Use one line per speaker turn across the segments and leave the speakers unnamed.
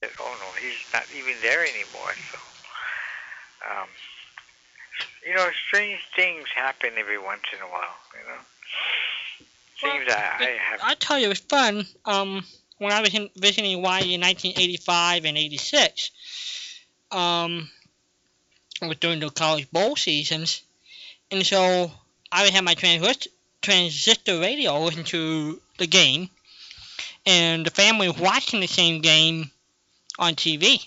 that, oh no, he's not even there anymore. So, um, you know, strange things happen every once in a while. You know,
Well,
seems I, I
it-
have
I tell you, it was fun. Um, when I was in, visiting Hawaii in 1985 and 86, um, it was during the college bowl seasons, and so I would have my transist- transistor radio listen to the game, and the family was watching the same game on TV.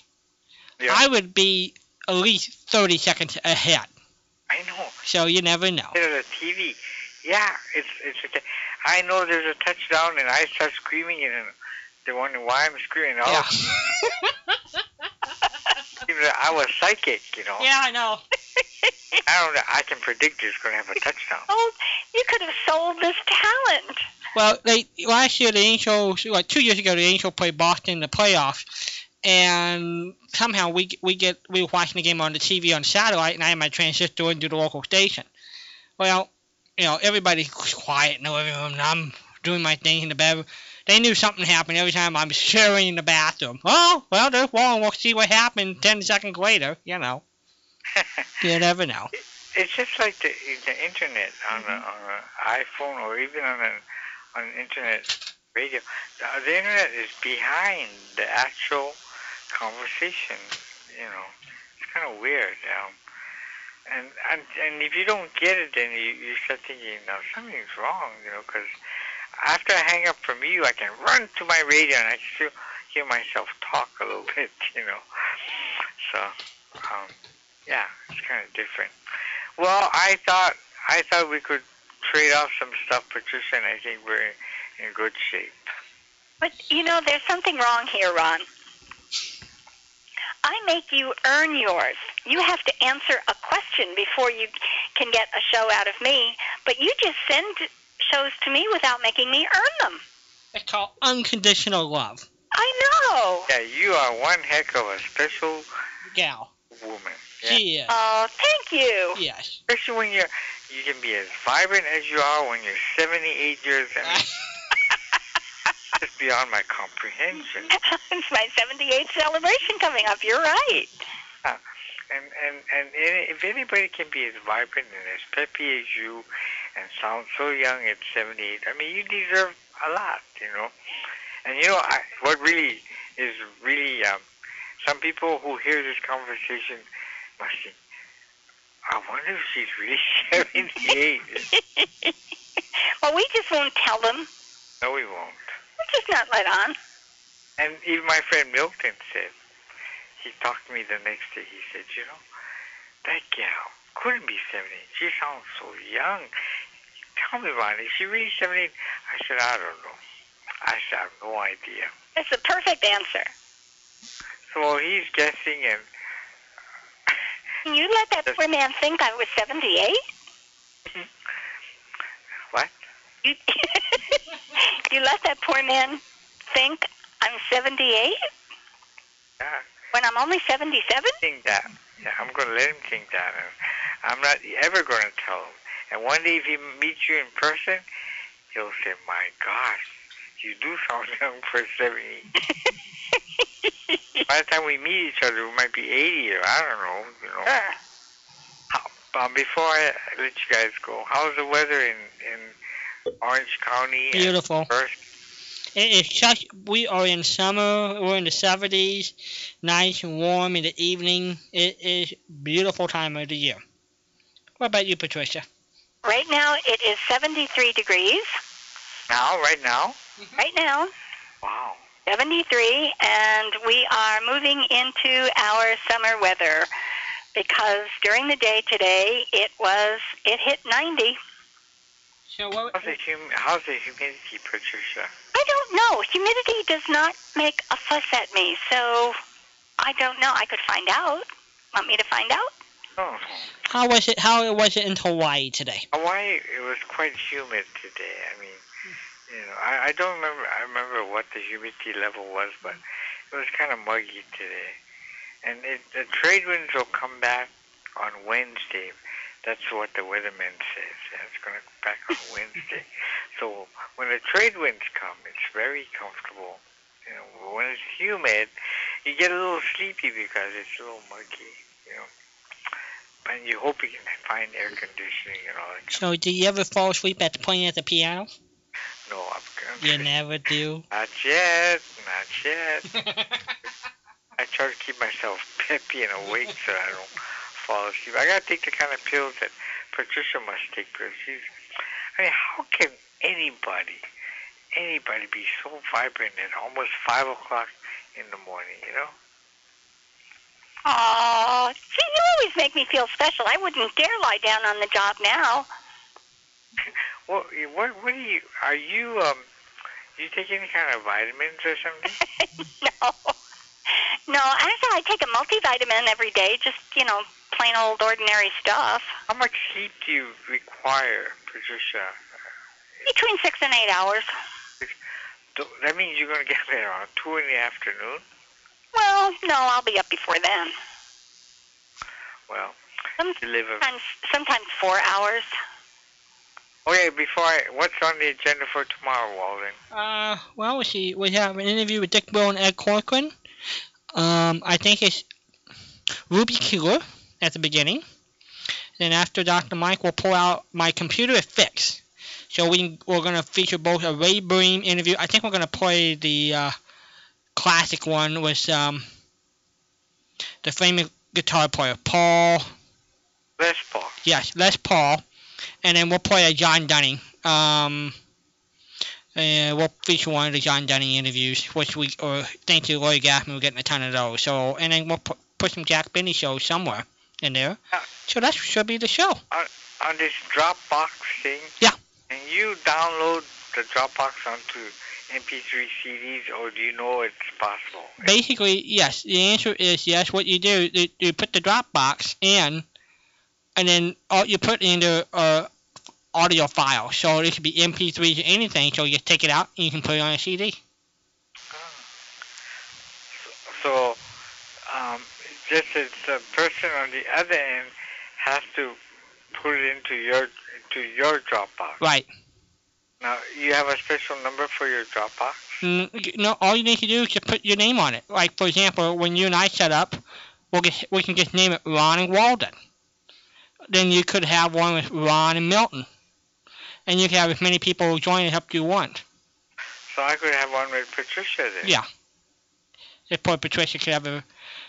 Yeah.
I would be at least 30 seconds ahead,
I know.
so you never know.
There's a TV. Yeah, it's it's. A t- I know there's a touchdown, and I start screaming, and they're wondering why I'm screaming. Oh,
Yeah.
seems that I was psychic, you know.
yeah, I know.
I don't know. I can predict it's going to have a touchdown.
Oh, you could have sold this talent.
Well, they last year the Angels, like two years ago, the Angels played Boston in the playoffs, and somehow we we get we were watching the game on the TV on satellite, and I had my transistor into the local station. Well, you know everybody's quiet in the living room, and I'm doing my thing in the bedroom. They knew something happened every time I'm sharing in the bathroom. Oh, well, there's one. We'll see what happened ten seconds later. You know, you never know.
It's just like the, the internet on, a, on an iPhone or even on an on an internet radio. The, the internet is behind the actual conversation. You know, it's kind of weird. Um, and, and and if you don't get it, then you, you start thinking, now something's wrong. You know, because after I hang up from you, I can run to my radio and I can still hear myself talk a little bit. You know, so um, yeah, it's kind of different. Well, I thought I thought we could trade off some stuff, Patricia, and I think we're in, in good shape.
But you know, there's something wrong here, Ron. I make you earn yours. You have to answer a question before you can get a show out of me, but you just send shows to me without making me earn them.
It's called unconditional love,
I know.
Yeah, you are one heck of a special
gal.
woman. Yeah.
She is.
Oh, thank you.
Yes.
Especially when you're you can be as vibrant as you are when you're 78 years. I mean, it's beyond my comprehension.
it's my 78th celebration coming up. You're right.
And and and any, if anybody can be as vibrant and as peppy as you, and sound so young at 78, I mean you deserve a lot, you know. And you know I, what really is really um, some people who hear this conversation must think, I wonder if she's really 78.
well, we just won't tell them.
no, we won't.
We're just not let on.
And even my friend Milton said, he talked to me the next day. He said, you know, that gal couldn't be 17. She sounds so young. Tell me, Ron, is she really 17? I said, I don't know. I said, I have no idea.
That's the perfect answer.
So he's guessing, and
You let that poor man think I was 78?
What?
You, you let that poor man think I'm 78
yeah,
when I'm only 77?
think that. Yeah, I'm going to let him think that. And I'm not ever going to tell him. And one day, if he meets you in person, he'll say, my gosh, you do sound young for 70. By the time we meet each other, we might be 80 or I don't know. You know.
Sure.
Um, before I let you guys go, how's the weather in in Orange County? and
Beautiful.
Perth?
It is such. We are in summer. We're in the 70s. Nice and warm in the evening. It is beautiful time of the year. What about you, Patricia?
Right now it is 73 degrees.
Now, right now?
Right now,
Wow.
73, and we are moving into our summer weather because during the day today it was it hit 90.
So what?
How's the hum- How's the humidity, Patricia?
I don't know. Humidity does not make a fuss at me, so I don't know. I could find out. Want me to find out?
Oh,
How was it? How was it in Hawaii today?
Hawaii. It was quite humid today. I mean, you know, I, I don't remember. I remember what the humidity level was, but it was kind of muggy today. And it, the trade winds will come back on Wednesday. That's what the weatherman says. Yeah, It's going to come back on Wednesday. So when the trade winds come, it's very comfortable. You know, when it's humid, you get a little sleepy because it's a little muggy, you know. But you hope you can find air conditioning and all that.
So, do you ever fall asleep at the playing at the piano?
No, I'm
You never do.
Not yet, not yet. I try to keep myself peppy and awake so I don't fall asleep. I gotta take the kind of pills that Patricia must take because she's. I mean, how can anybody, anybody be so vibrant at almost five o'clock in the morning? You know,
Oh, see, you always make me feel special. I wouldn't dare lie down on the job now.
well, you- what what do you? Are you um? Do you take any kind of vitamins or something?
no. No, actually, I take a multivitamin every day, just, you know, plain old ordinary stuff.
How much sleep do you require, Patricia?
Between six and eight hours.
Do- That means you're gonna get there around two in the afternoon.
Well, no, I'll be up before then.
Well,
Um,
you live a
Sometimes, sometimes four hours.
Okay, before I, what's on the agenda for tomorrow, Walden?
Uh, well, we see. We have an interview with Dick Bill and Ed Corcoran. Um, I think it's Ruby Keeler at the beginning. Then after Dr. Mike, we'll pull out my computer is fixed. So we we're gonna feature both a Ray Bream interview. I think we're gonna play the uh, classic one with um, the famous guitar player Paul.
Les Paul.
Yes, Les Paul, and then we'll play a John Dunning. Um, and we'll feature one of the John Dunning interviews, which we or thank you, Lori Gaffman. We're getting a ton of those. So, and then we'll pu- put some Jack Benny shows somewhere in there.
Yeah.
So that should be the show.
On this Dropbox thing.
Yeah.
Can you download the Dropbox onto MP3 CDs, or do you know it's possible?
Basically, yes. The answer is yes. What you do, you, you put the Dropbox in, and then all you put in the uh, audio file. So it could be MP3s or anything. So you just take it out and you can put it on a CD.
So, um, just as the person on the other end has to put it into your to your Dropbox.
Right.
Now, you have a special number for your Dropbox.
Mm, No, all you need to do is just put your name on it. Like for example, when you and I set up, we'll get, we can just name it Ron and Walden. Then you could have one with Ron and Milton, and you can have as many people join as up you want.
So I could have one with Patricia then.
Yeah. If poor Patricia could ever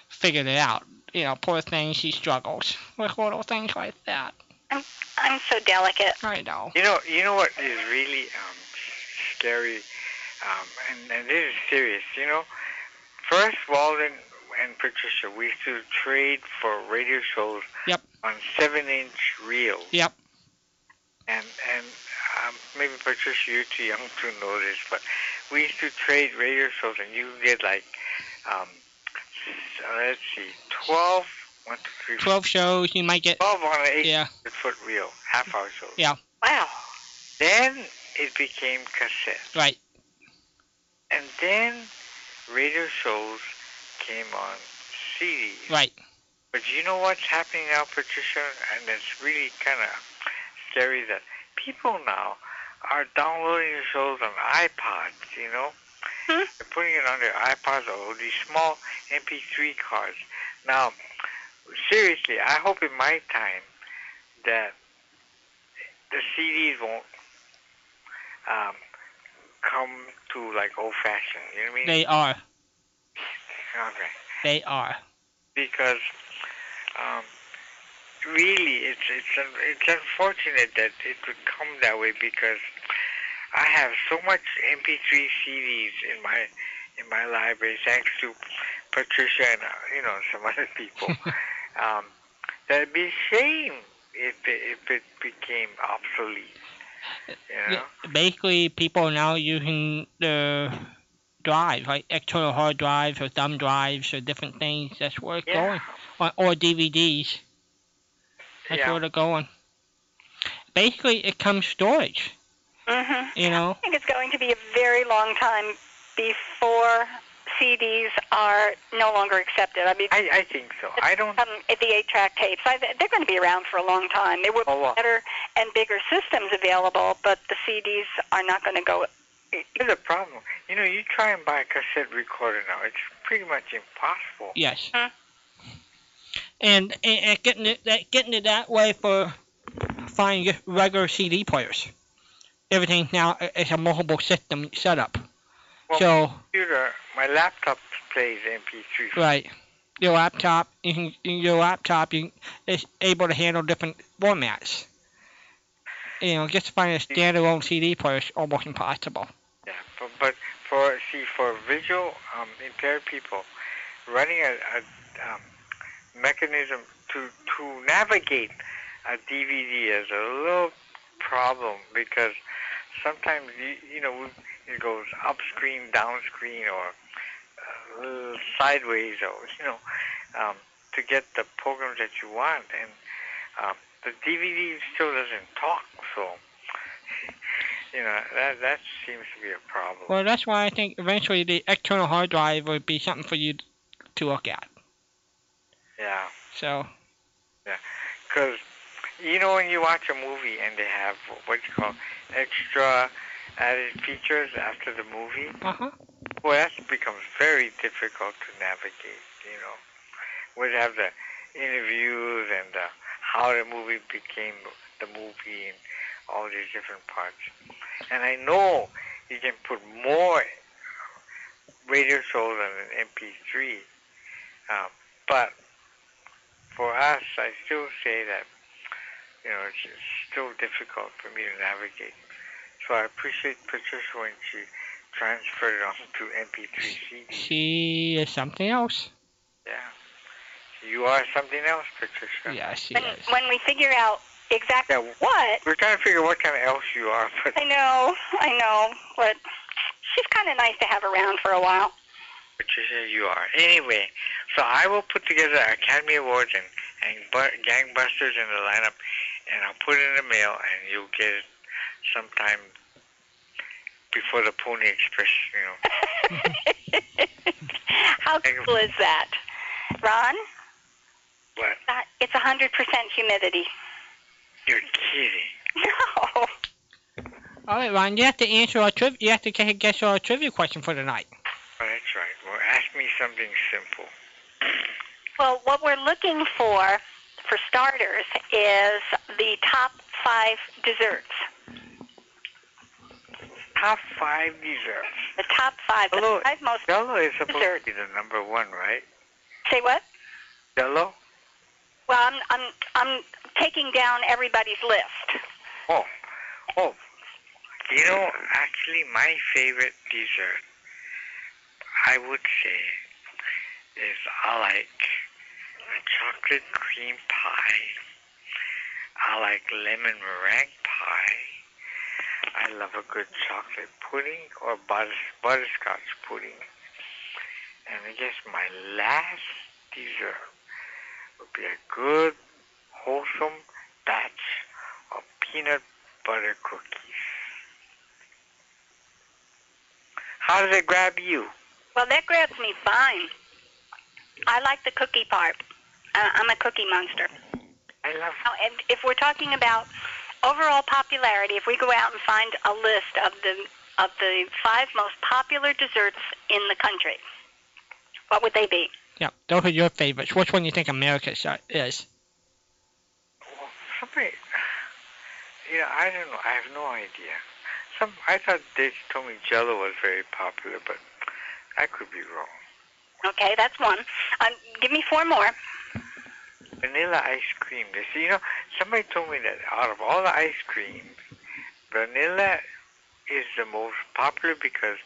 figure it out, you know, poor thing, she struggles with little things like that.
I'm so delicate.
I know.
You know, you know what is really um, scary, um, and, and this is serious. You know, first Walden and Patricia, we used to trade for radio shows
Yep.
on seven-inch reels.
Yep.
And and um, maybe Patricia, you're too young to know this, but we used to trade radio shows, and you did like, um, s- uh, let's see, twelve, one, two, three,
Twelve shows, you might get.
12 on an
Yeah.
eight-foot reel, half-hour shows.
Yeah.
Wow.
Then it became cassette.
Right.
And then radio shows came on CD.
Right.
But you know what's happening now, Patricia? And it's really kind of scary that people now are downloading the shows on iPods, you know?
Hmm.
They're putting it on their iPods or these small MP3 cards. Now, seriously, I hope in my time that the CDs won't um, come to like old fashioned, you know what I mean?
They are.
Okay
They are.
because um, really it's it's un- it's unfortunate that it would come that way because I have so much MP3 CDs in my in my library thanks to Patricia and uh, you know some other people. um, that'd be a shame if it, if it became obsolete. You know?
Yeah, basically, people are now using the drive, like external hard drives or thumb drives or different things. That's where it's
Yeah.
going. Or, or DVDs. That's
Yeah.
where they're going. Basically, it comes storage,
Mm-hmm.
you know?
I think it's going to be a very long time before CDs are no longer accepted. I mean,
I, I think so. I don't.
um, the eight-track tapes, I, they're going to be around for a long time. There will
Oh,
be
well.
better and bigger systems available, but the CDs are not going to go
Here's a problem. You know, you try and buy a cassette recorder now. It's pretty much impossible.
Yes.
Huh?
And, and, and getting it that getting it that way for finding just regular CD players. Everything's now it's a multiple system setup.
Well,
so
computer, my laptop plays MP3.
right, your laptop you can your laptop you is able to handle different formats. You know, just finding a standalone CD player is almost impossible.
Yeah, but, but for see for visual um, impaired people, running a, a um, mechanism to to navigate a DVD is a little problem because sometimes you you know it goes up screen, down screen, or uh, little sideways, or you know um, to get the programs that you want, and um, the DVD still doesn't talk, so. You know, that that seems to be a problem.
Well, that's why I think eventually the external hard drive would be something for you to look at.
yeah,
So
because you know when you watch a movie and they have what you call extra added features after the movie,
uh huh.
well, that becomes very difficult to navigate. You know, we have the interviews and the, how the movie became the movie and all these different parts. And I know you can put more radio shows on an MP3, um, but for us, I still say that you know it's, it's still difficult for me to navigate. So I appreciate Patricia when she transferred it on to MP3 CD.
She is something else.
Yeah. You are something else, Patricia.
Yeah, she
When,
is.
when we figure out exactly
Yeah.
what,
We're trying to figure what kind of else you are, but
I know, I know, but she's kind of nice to have around for a while.
Patricia, you are. Anyway, so I will put together Academy Awards and, and bu- Gangbusters in the lineup, and I'll put it in the mail, and you'll get it sometime before the Pony Express, you know.
How cool is that? Ron,
But
uh, it's 100% humidity.
you're kidding.
No.
All right, Ron, you have to answer our triv- You have to guess- guess our trivia question for tonight.
Oh, that's right. Well, ask me something simple.
Well, what we're looking for, for starters, is the top five desserts.
Top five desserts.
The top five,
Hello.
the five most.
Jello is supposed
Dessert.
to be the number one, right?
Say what?
Jello?
Well, I'm I'm I'm taking down everybody's list.
Oh, oh. You know, actually, my favorite dessert, I would say, is I like a chocolate cream pie. I like lemon meringue pie. I love a good chocolate pudding or butters- butterscotch pudding. And I guess my last dessert would be a good, wholesome batch of peanut butter cookies. How does it grab you?
Well, that grabs me fine. I like the cookie part. Uh, I'm a cookie monster.
I love
Now, and if we're talking about overall popularity, if we go out and find a list of the of the five most popular desserts in the country, what would they be?
Yeah, those are your favorites. Which one do you think America is- is?
well, something. You know, I don't know. I have no idea. Some I thought they told me Jello was very popular, but I could be wrong.
Okay, that's one. Um, give me four more.
Vanilla ice cream. They say, you know, somebody told me that out of all the ice creams, vanilla is the most popular because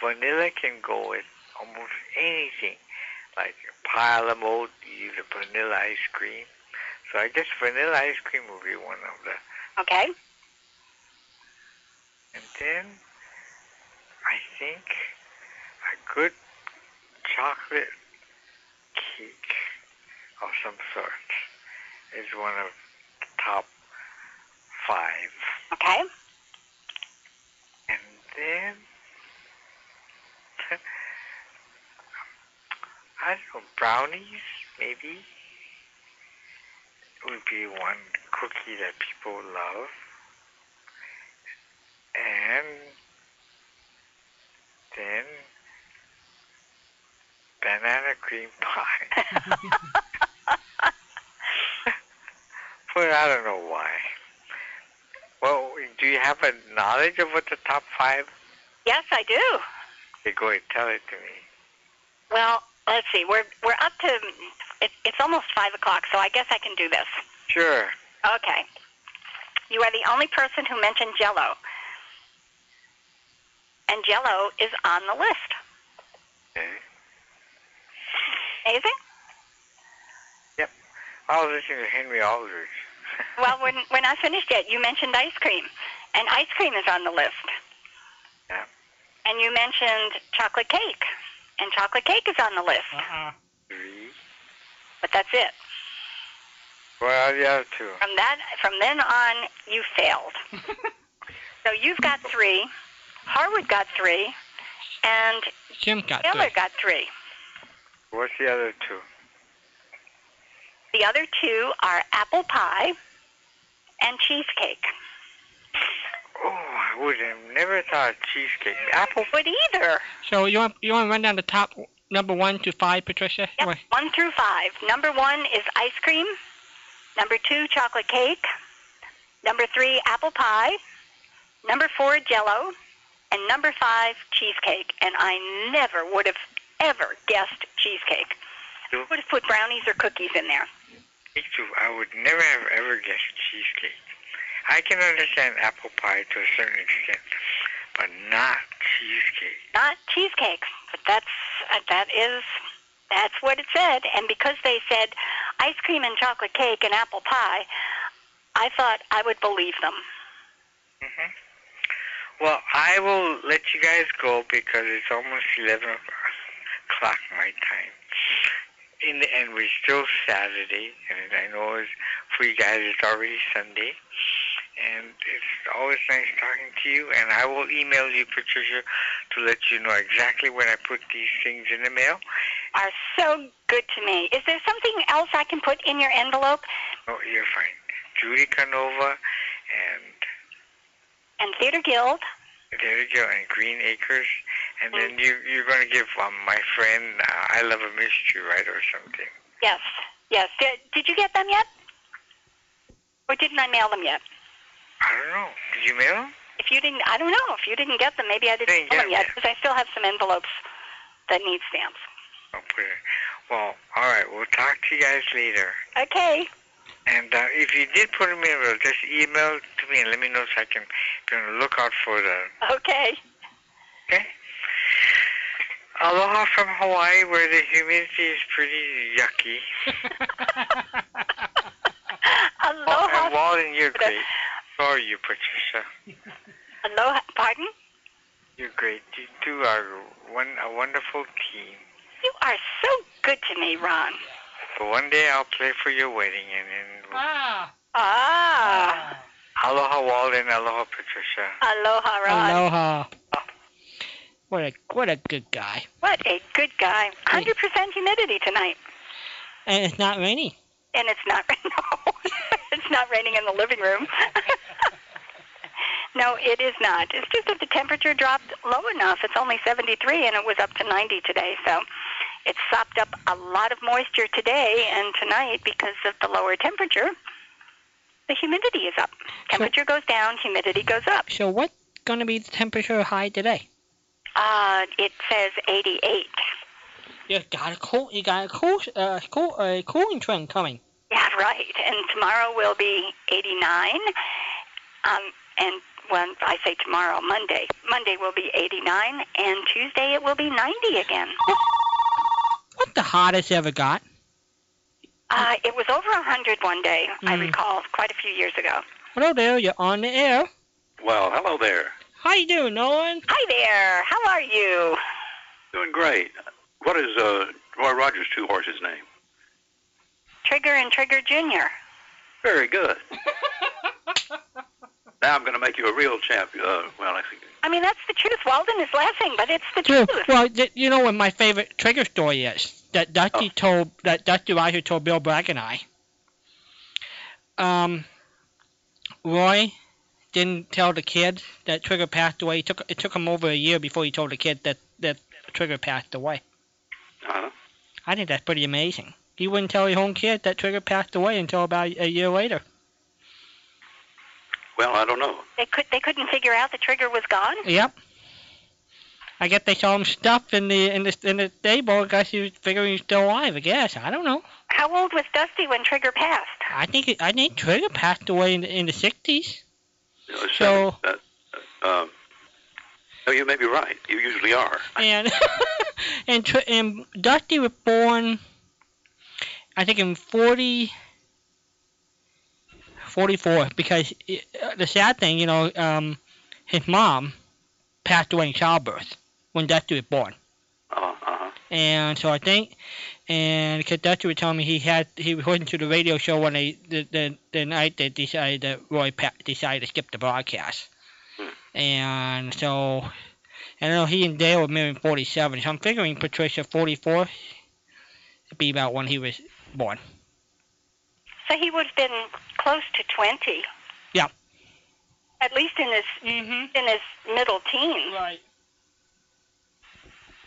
vanilla can go with almost anything, like a pile of mold, you use a vanilla ice cream. So I guess vanilla ice cream will be one of the.
Okay.
And then I think a good chocolate cake of some sort is one of the top five.
Okay.
And then I don't know, brownies maybe would be one cookie that people love. And then banana cream pie. Well, I don't know why. Well, do you have a knowledge of what the top five?
yes, I do.
You're going to tell it to me.
Well, let's see. We're we're up to it, it's almost five o'clock, so I guess I can do this.
Sure.
Okay. You are the only person who mentioned Jello, and Jello is on the list.
Okay.
Amazing.
I was listening to Henry Aldridge.
Well, we're, we're not finished yet. You mentioned ice cream, and ice cream is on the list.
Yeah.
And you mentioned chocolate cake, and chocolate cake is on the list.
Uh-uh.
Three.
But that's it.
What are the other two?
From that, from then on, you failed. So you've got three, Harwood got three, and
Jim got
Taylor
this.
got three.
What's the other two?
The other two are apple pie and cheesecake.
Oh, I would have never thought of cheesecake. Apple.
Would either.
So you want you want to run down the top number one to five, Patricia?
Yep,
Wait.
one through five. Number one is ice cream. Number two, chocolate cake. Number three, apple pie. Number four, jello. And number five, cheesecake. And I never would have ever guessed cheesecake. I would have put brownies or cookies in there.
Me too. I would never have ever guessed cheesecake. I can understand apple pie to a certain extent, but not cheesecake.
Not cheesecake, but that's uh, that is that's what it said. And because they said ice cream and chocolate cake and apple pie, I thought I would believe them.
hmm Well, I will let you guys go because it's almost 11 o'clock my time. In the end, we're still Saturday, and I know it's, for you guys it's already Sunday. And it's always nice talking to you, and I will email you, Patricia, to let you know exactly when I put these things in the mail.
are so good to me. Is there something else I can put in your envelope?
Oh, you're fine. Judy Canova and
And Theater Guild,
there you go, and Green Acres. And then you, you're going to give um, my friend uh, I Love a Mystery, right, or something.
yes, yes. Did, did you get them yet? Or didn't I mail them yet?
I don't know. Did you mail him?
If you didn't, I don't know. If you didn't get them, maybe I didn't
Didn't get
mail them
them yet.
yet because I still have some envelopes that need stamps.
I'll put it. Well, all right. We'll talk to you guys later.
Okay.
And uh, if you did put them in, well, just email to me and let me know so I can be on the lookout for them.
Okay.
Okay? Aloha from Hawaii, where the humidity is pretty yucky. Oh,
Aloha.
and Walden, you're
Florida.
great. Sorry, you, Patricia.
Aloha. Pardon?
You're great. You two are one a wonderful team.
You are so good to me, Ron.
So one day I'll play for your wedding, and then
ah.
Ah.
aloha Walden, aloha Patricia.
Aloha, Ron.
Aloha. What a what a good guy.
What a good guy. 100% humidity tonight.
And it's not raining.
and it's not no, it's not raining in the living room. no, it is not. It's just that the temperature dropped low enough. It's only 73, and it was up to 90 today. So it sopped up a lot of moisture today and tonight because of the lower temperature. The humidity is up. Temperature goes down, humidity goes up.
So what's gonna be the temperature high today?
Uh, it says 88.
You got a cool you got a cool uh cool a cooling trend coming.
Yeah, right. And tomorrow will be 89. Um, and when I say tomorrow, Monday, Monday will be 89, and Tuesday it will be 90 again.
What the hottest ever got?
Uh, it was over 100 one day, I
Mm.
recall, quite a few years ago.
Hello there, you're on the air.
Well, hello there.
How you doing, Nolan?
Hi there. How are you?
Doing great. What is uh, Roy Rogers' two horses' name?
Trigger and Trigger Jr.
Very good. Now I'm going to make you a real champ. Uh, well, I think
I mean, that's the truth. Walden is laughing, but it's the
True.
truth.
Well, th- you know what my favorite trigger story is that Dusty
Oh.
told that Dusty Roger told Bill Bragg and I. Um, Roy didn't tell the kid that Trigger passed away. It took it took him over a year before he told the kid that that Trigger passed away.
Uh-huh.
I think that's pretty amazing. He wouldn't tell his own kid that Trigger passed away until about a year later.
Well, I don't know.
They could they couldn't figure out the trigger was gone.
Yep. I guess they saw him stuffed in the in the in the stable. I guess he was figuring he's still alive. I guess I don't know.
How old was Dusty when Trigger passed?
I think I think Trigger passed away in in the sixties.
Uh,
So-
uh, um, no, you may be right. You usually are.
and and tr- and Dusty was born, I think in 40, 44, because it, uh, the sad thing, you know, um, his mom passed away in childbirth when Dusty was born,
Uh, uh-huh.
and so I think, and because Dusty was telling me he had he was listening to the radio show when they the the, the night they decided that Roy Pat decided to skip the broadcast,
Hmm.
and so I know he and Dale were married in 47, so I'm figuring Patricia 44 would be about when he was born.
So he would have been close to twenty.
Yeah.
At least in his
Mm-hmm.
in his middle teens.
Right.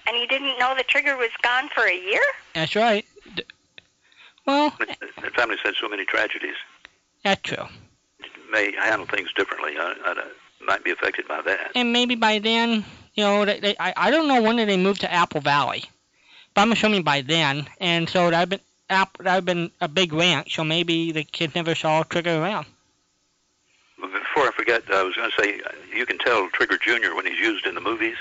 And he didn't know the trigger was gone for a year?
That's right. D- Well,
The family's had so many tragedies.
that's true.
It may handle things differently. I, I, I might be affected by that.
And maybe by then, you know, they, they, I, I don't know when did they move to Apple Valley, but I'm assuming by then. And so that would been app that would been a big ranch, so maybe the kid never saw Trigger around.
But Before I forget, I was going to say uh, you can tell Trigger Jr. when he's used in the movies.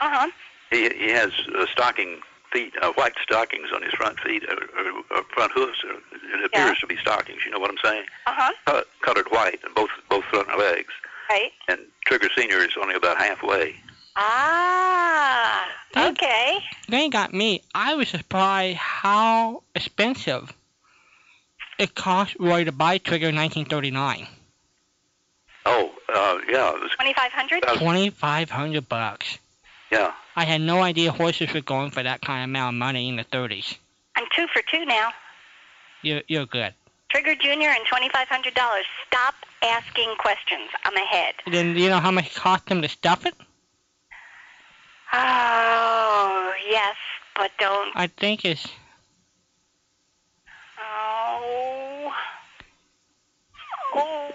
Uh huh.
He he has uh, stocking feet, uh, white stockings on his front feet, or, or, or front hooves. Or it appears
Yeah.
to be stockings. You know what I'm saying?
Uh huh.
Co- colored white, on both both front legs.
Right.
And Trigger Senior is only about halfway.
Ah.
That-
Okay.
they got me. I was surprised how expensive it cost Roy to buy Trigger in 1939.
Oh, uh, yeah, it was,
Twenty five hundred?
Uh,
2,500 bucks.
yeah.
I had no idea horses were going for that kind of amount of money in the 30s.
I'm two for two now.
You're, you're good.
Trigger Junior and twenty five hundred dollars. Stop asking questions. I'm ahead.
Then you know how much it cost them to stuff it?
Oh yes, but don't
I think it's
Oh. Oh.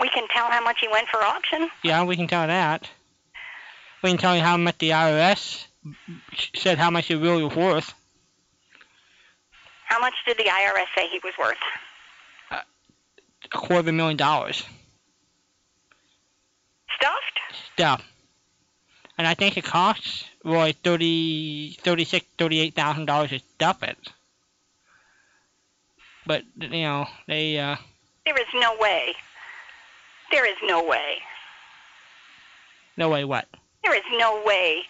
We can tell how much he went for auction.
yeah, we can tell that. We can tell you how much the IRS said how much it really was worth.
How much did the IRS say he was worth?
A quarter of a million dollars.
Stuffed?
stuff. And I think it costs Roy thirty, thirty-six, thirty-eight thousand dollars to stuff it. But you know they, uh,
There is no way. There is no way.
no way what?
There is no way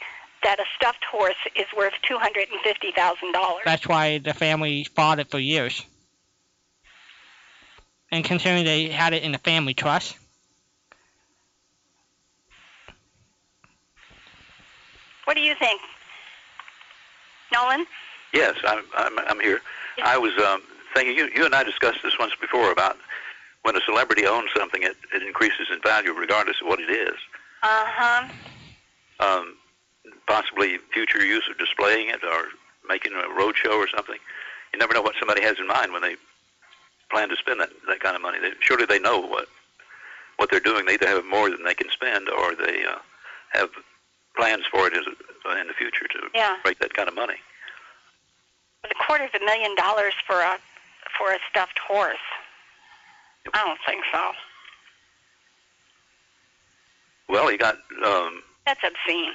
that a stuffed horse is worth two hundred and fifty thousand dollars.
That's why the family fought it for years. And considering they had it in the family trust,
What do you think, Nolan?
Yes, I'm I'm, I'm here. I was um, thinking you you and I discussed this once before about when a celebrity owns something, it, it increases in value regardless of what it is.
Uh huh.
Um, possibly future use of displaying it or making a roadshow or something. You never know what somebody has in mind when they plan to spend that, that kind of money. They, surely they know what what they're doing. They either have more than they can spend or they uh, have plans for it as, uh, in the future to
Yeah.
make that kind of money.
But a quarter of a million dollars for a for a stuffed horse. I don't think so.
Well, he got um,
That's obscene.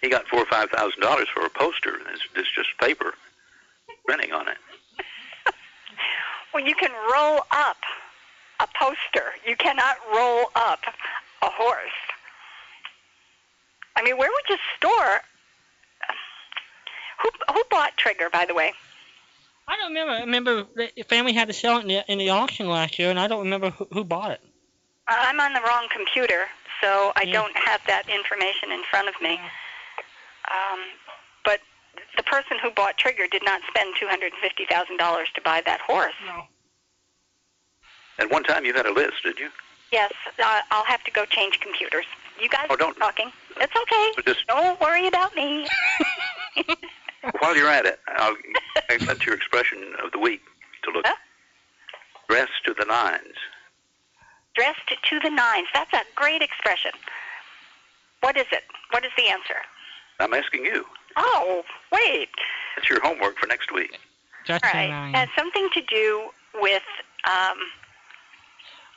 he got four or five thousand dollars for a poster. It's, it's just paper printing on it.
Well, you can roll up a poster. You cannot roll up a horse. I mean, where would you store? Who who bought Trigger, by the way?
I don't remember. I remember the family had to sell it in the, in the auction last year, and I don't remember who, who bought it.
Uh, I'm on the wrong computer, so I
Yeah.
don't have that information in front of me. Um, but the person who bought Trigger did not spend two hundred and fifty thousand dollars to buy that horse.
No.
At one time, you had a list, did you?
Yes, uh, I'll have to go change computers. You guys
Oh, don't-
keep talking. It's okay.
But just
Don't worry about me.
while you're at it, I'll that's your expression of the week to look.
Huh?
Dress to the nines.
Dressed to the nines. That's a great expression. What is it? What is the answer?
I'm asking you.
Oh, wait.
That's your homework for next week.
That's
All
a
right.
nine.
Has something to do with um,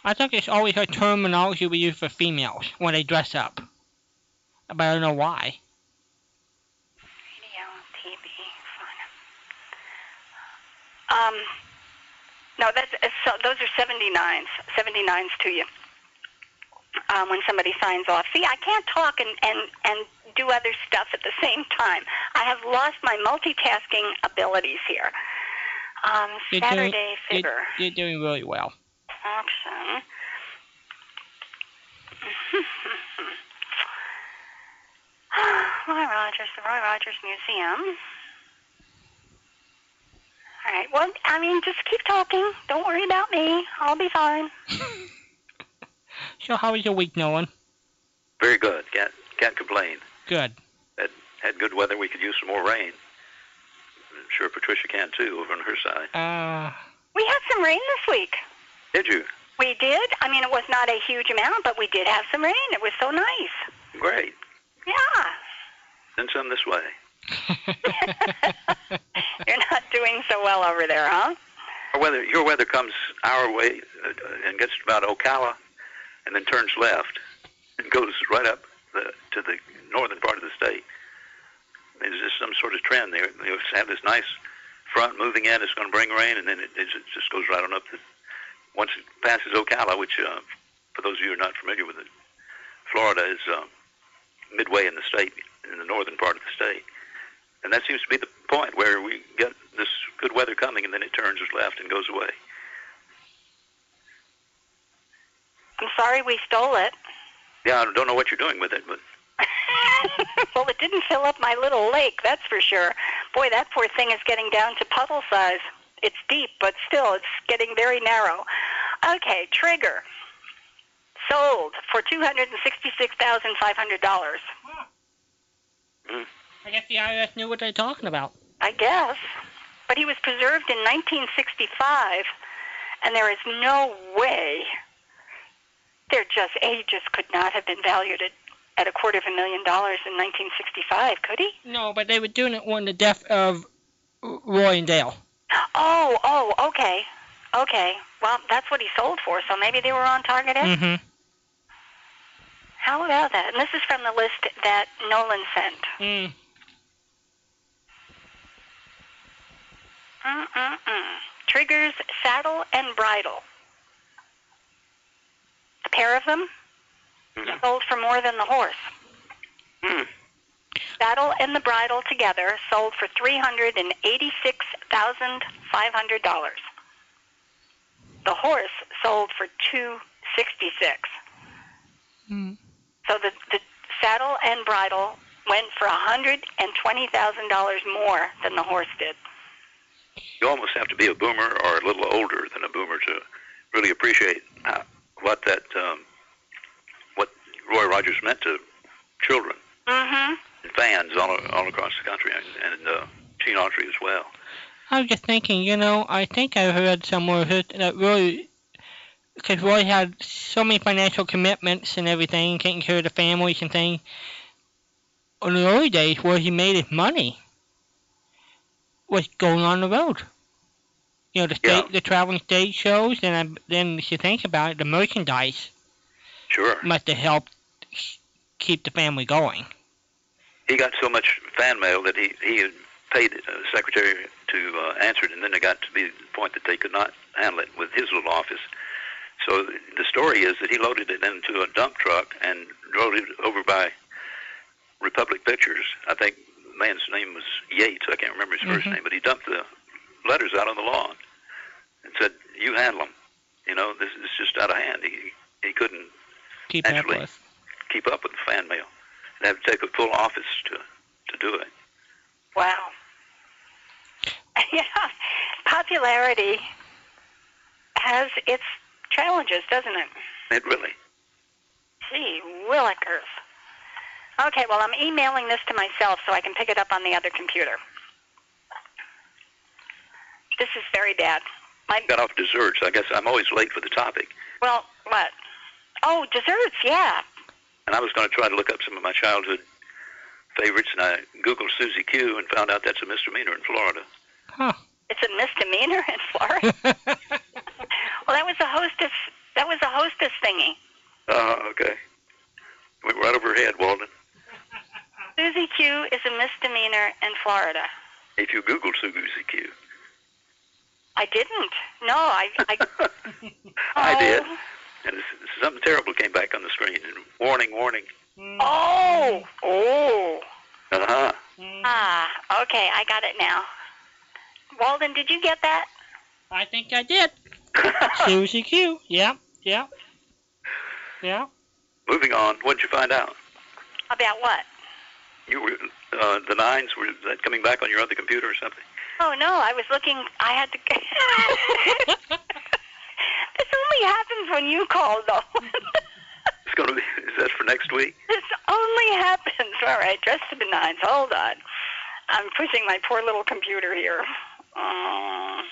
I think it's always a terminology we use for females when they dress up. But I don't know why.
radio, TV, fun. Um, no, that's uh, so. Those are 79s. 79s to you. Um, when somebody signs off. See, I can't talk and, and, and do other stuff at the same time. I have lost my multitasking abilities here. Um,
You're doing-
Saturday
you're-
figure
You're doing really well.
auction. Roy Rogers, the Roy Rogers Museum. All right. Well, I mean, just keep talking. Don't worry about me. I'll be fine.
So how was your week, Nolan?
Very good. Can't can't complain.
Good.
Had good weather. We could use some more rain. I'm sure Patricia can too over on her side.
Uh,
We had some rain this week.
Did you?
We did. I mean, it was not a huge amount, but we did have some rain. It was so nice.
Great.
Yeah.
Then some this way.
You're not doing so well over there, huh?
Our weather, your weather comes our way uh, and gets about Ocala, and then turns left and goes right up the, to the northern part of the state. There's just some sort of trend. They, they have this nice front moving in. It's going to bring rain, and then it, it ju- just goes right on up. The, once it passes Ocala, which uh, for those of you who are not familiar with it, Florida is uh, midway in the state, in the northern part of the state. And that seems to be the point where we get this good weather coming, and then it turns left and goes away.
I'm sorry we stole it.
Yeah, I don't know what you're doing with it, but
well, it didn't fill up my little lake, that's for sure. Boy, that poor thing is getting down to puddle size. It's deep, but still, it's getting very narrow. Okay, trigger. Sold for $266,500.
I guess the IRS knew what they were talking about.
I guess. But he was preserved in 1965, and there is no way. They're just ages could not have been valued at, at a quarter of a million dollars in 1965, could he?
No, but they were doing it on the death of Roy and Dale.
Oh, oh, okay. Okay. Well, that's what he sold for, so maybe they were on target. eh?
Mm-hmm.
How about that? And this is from the list that Nolan sent.
Mm.
Mm-mm-mm. Triggers, saddle, and bridle. The pair of them
Mhm.
sold for more than the horse.
Hmm.
Saddle and the bridle together sold for $386,500. The horse sold for 266
Mm.
So the, the saddle and bridle went for $120,000 more than the horse did.
you almost have to be a boomer or a little older than a boomer to really appreciate uh, what that um, what Roy Rogers meant to children
Mm-hmm.
and fans all all across the country and, and uh, Gene Autry as well.
I was just thinking, you know, I think I heard somewhere that that Roy, because Roy had so many financial commitments and everything, taking care of the families and things. In the early days, where he made his money was going on the road. You know, the
Yeah.
state, the traveling stage shows, and I, then if you think about it, the merchandise
Sure,
must have helped keep the family going.
he got so much fan mail that he he had paid a secretary to uh, answer it, and then it got to be the point that they could not handle it with his little office. So the story is that he loaded it into a dump truck and drove it over by Republic Pictures. I think the man's name was Yates. I can't remember his first
Mhm.
name, but he dumped the letters out on the lawn and said, "You handle them." You know, this is just out of hand. He he couldn't
Keep up
Actually,
with.
keep up with the fan mail. They'd have to take a full office to to do it.
Wow. yeah, popularity has its challenges, doesn't it?
It really.
Gee, willikers. Okay, well, I'm emailing this to myself so I can pick it up on the other computer. This is very bad. My,
Got off desserts. I guess I'm always late for the topic.
well, what? Oh, desserts, yeah.
And I was going to try to look up some of my childhood favorites, and I Googled Susie Q and found out that's a misdemeanor in Florida.
Huh.
It's a misdemeanor in Florida. well, that was a hostess. That was a hostess thingy.
Oh, okay. Went right over her head, Walden.
Susie Q is a misdemeanor in Florida.
If you Googled Susie Q.
I didn't. No, I. I,
I did.
Oh.
And it's, it's something terrible came back on the screen. And warning, warning.
Oh, oh.
Uh huh.
Ah, okay, I got it now. Walden, did you get that?
I think I did. Susie Q. Yep. Yep. Yeah.
Moving on, what'd you find out?
About what?
You were uh, the nines were that coming back on your other computer or something?
Oh no, I was looking. I had to. this only happens when you call, though.
It's gonna be is that for next week?
this only happens. All right, dress to the nines. Hold on. I'm pushing my poor little computer here. Um,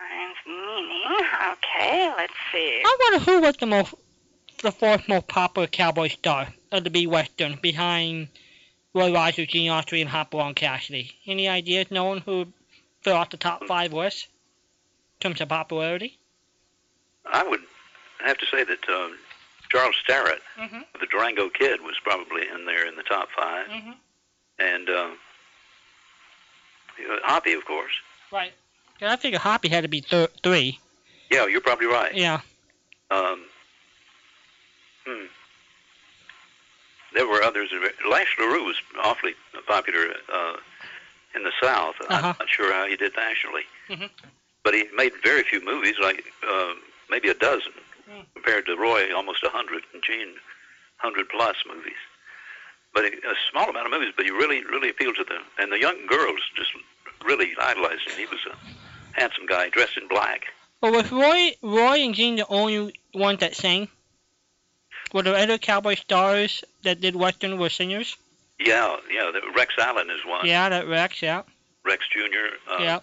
Nines meaning. Okay, let's see.
I wonder who was the most, the fourth most popular cowboy star of the B Western behind Roy Rogers, Gene Autry, and Hot Brown Cassidy. Any ideas knowing who fell off the top five list in terms of popularity?
I would have to say that um, Charles Starrett,
Mhm.
the Durango Kid, was probably in there in the top 5
Mhm.
and um, uh, Hoppy, of course.
Right. I figure Hoppy had to be thir- three.
Yeah, you're probably right.
Yeah.
Um, hmm. There were others. Lash LaRue was awfully popular uh, in the South.
Uh-huh.
I'm not sure how he did nationally.
Mm-hmm.
Mhm.
But he made very few movies, like uh, maybe a dozen,
Mm.
compared to Roy, almost a 100, and Gene, 100 plus movies. But a a small amount of movies, but he really, really appealed to them. And the young girls just really idolized him. He was a handsome guy, dressed in black.
Well, was Roy, Roy and Gene the only ones that sang? Were there other cowboy stars that did Western were singers?
Yeah, yeah. The Rex Allen is one.
Yeah, that Rex, yeah.
Rex Jr. Uh,
yeah.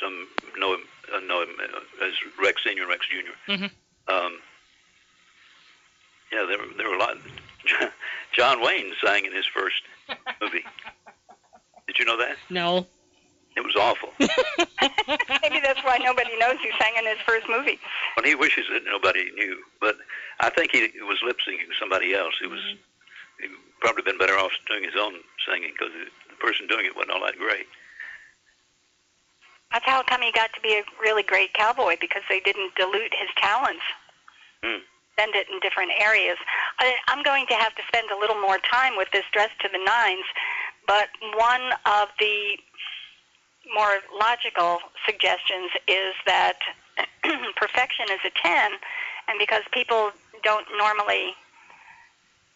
Some know him, uh, know him uh, as Rex Senior, Rex junior
Mhm.
Um, yeah, there were- there were a lot. John Wayne sang in his first movie. Did you know that?
No.
It was awful.
Maybe that's why nobody knows who sang in his first movie.
Well, he wishes that nobody knew, but I think he was lip syncing somebody else. He was he probably been better off doing his own singing because the person doing it wasn't all that great.
That's how come he got to be a really great cowboy because they didn't dilute his talents.
Hmm.
Spend it in different areas. I, I'm going to have to spend a little more time with this dress to the nines, but one of the more logical suggestions is that perfection is a 10, and because people don't normally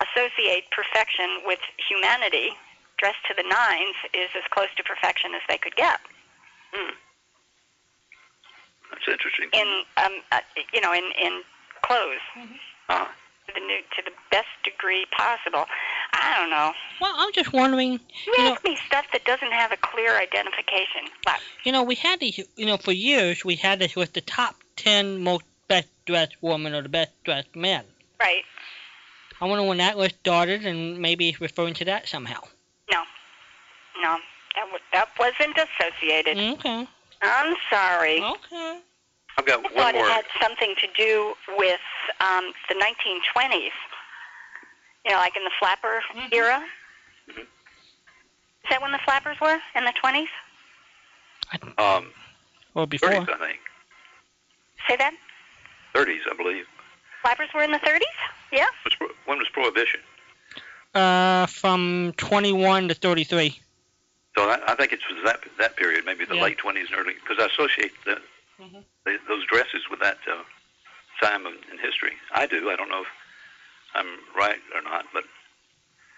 associate perfection with humanity, dress to the nines is as close to perfection as they could get
That's interesting.
in um, uh, you know in in clothes
uh,
to the new, to the best degree possible. I don't know.
Well, I'm just wondering,
You
You know-
ask me stuff that doesn't have a clear identification. But
you know, we had these, you know, for years we had this with the top 10 most best dressed women or the best dressed men.
right,
I wonder when that list started and maybe it's referring to that somehow.
no, that w- that wasn't associated.
Okay.
I'm sorry.
Okay.
I've got
I
one
thought
more.
it had something to do with um, the 1920s. You know, like in the flapper
Mhm.
era.
Mhm.
Is that when the flappers were in the 20s?
Um,
Or
30s,
before.
I think.
Say that
30s, I believe.
flappers were in the 30s. Yeah.
Was pro- When was Prohibition?
Uh, from 21 to 33.
So I, I think it's that that period, maybe the
Yeah.
late 20s and early, because I associate the,
Mhm.
the, those dresses with that uh, time in, in history. I do. I don't know if I'm right or not, but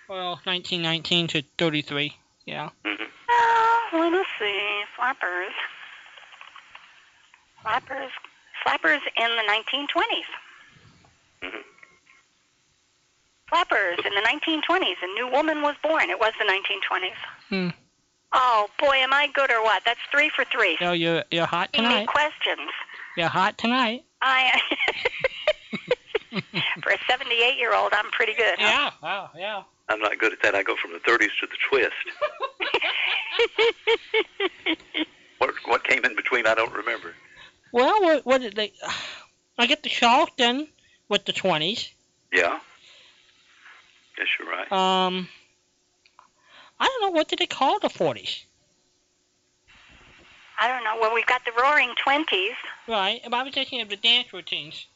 Well, 1919 to 33. Yeah.
mhm.
Oh, let us see. Flappers. Flappers. Flappers in the 1920s.
Mhm.
Flappers in the 1920s. A new woman was born. It was the 1920s.
Hmm.
Oh boy, am I good or what? That's three for three.
Yo, you're you're hot
Give me
tonight.
questions.
You're hot tonight.
I. for a 78 year old, I'm pretty good. huh?
Yeah. Wow. Yeah.
I'm not good at that. I go from the 30s to the twist. What what came in between? I don't remember.
Well, what, what did they? I get the Charlton with the twenties.
Yeah. Yes, you're right.
Um, I don't know what did they call the forties,
I don't know. Well, we've got the Roaring Twenties.
right? But I was thinking of the dance routines,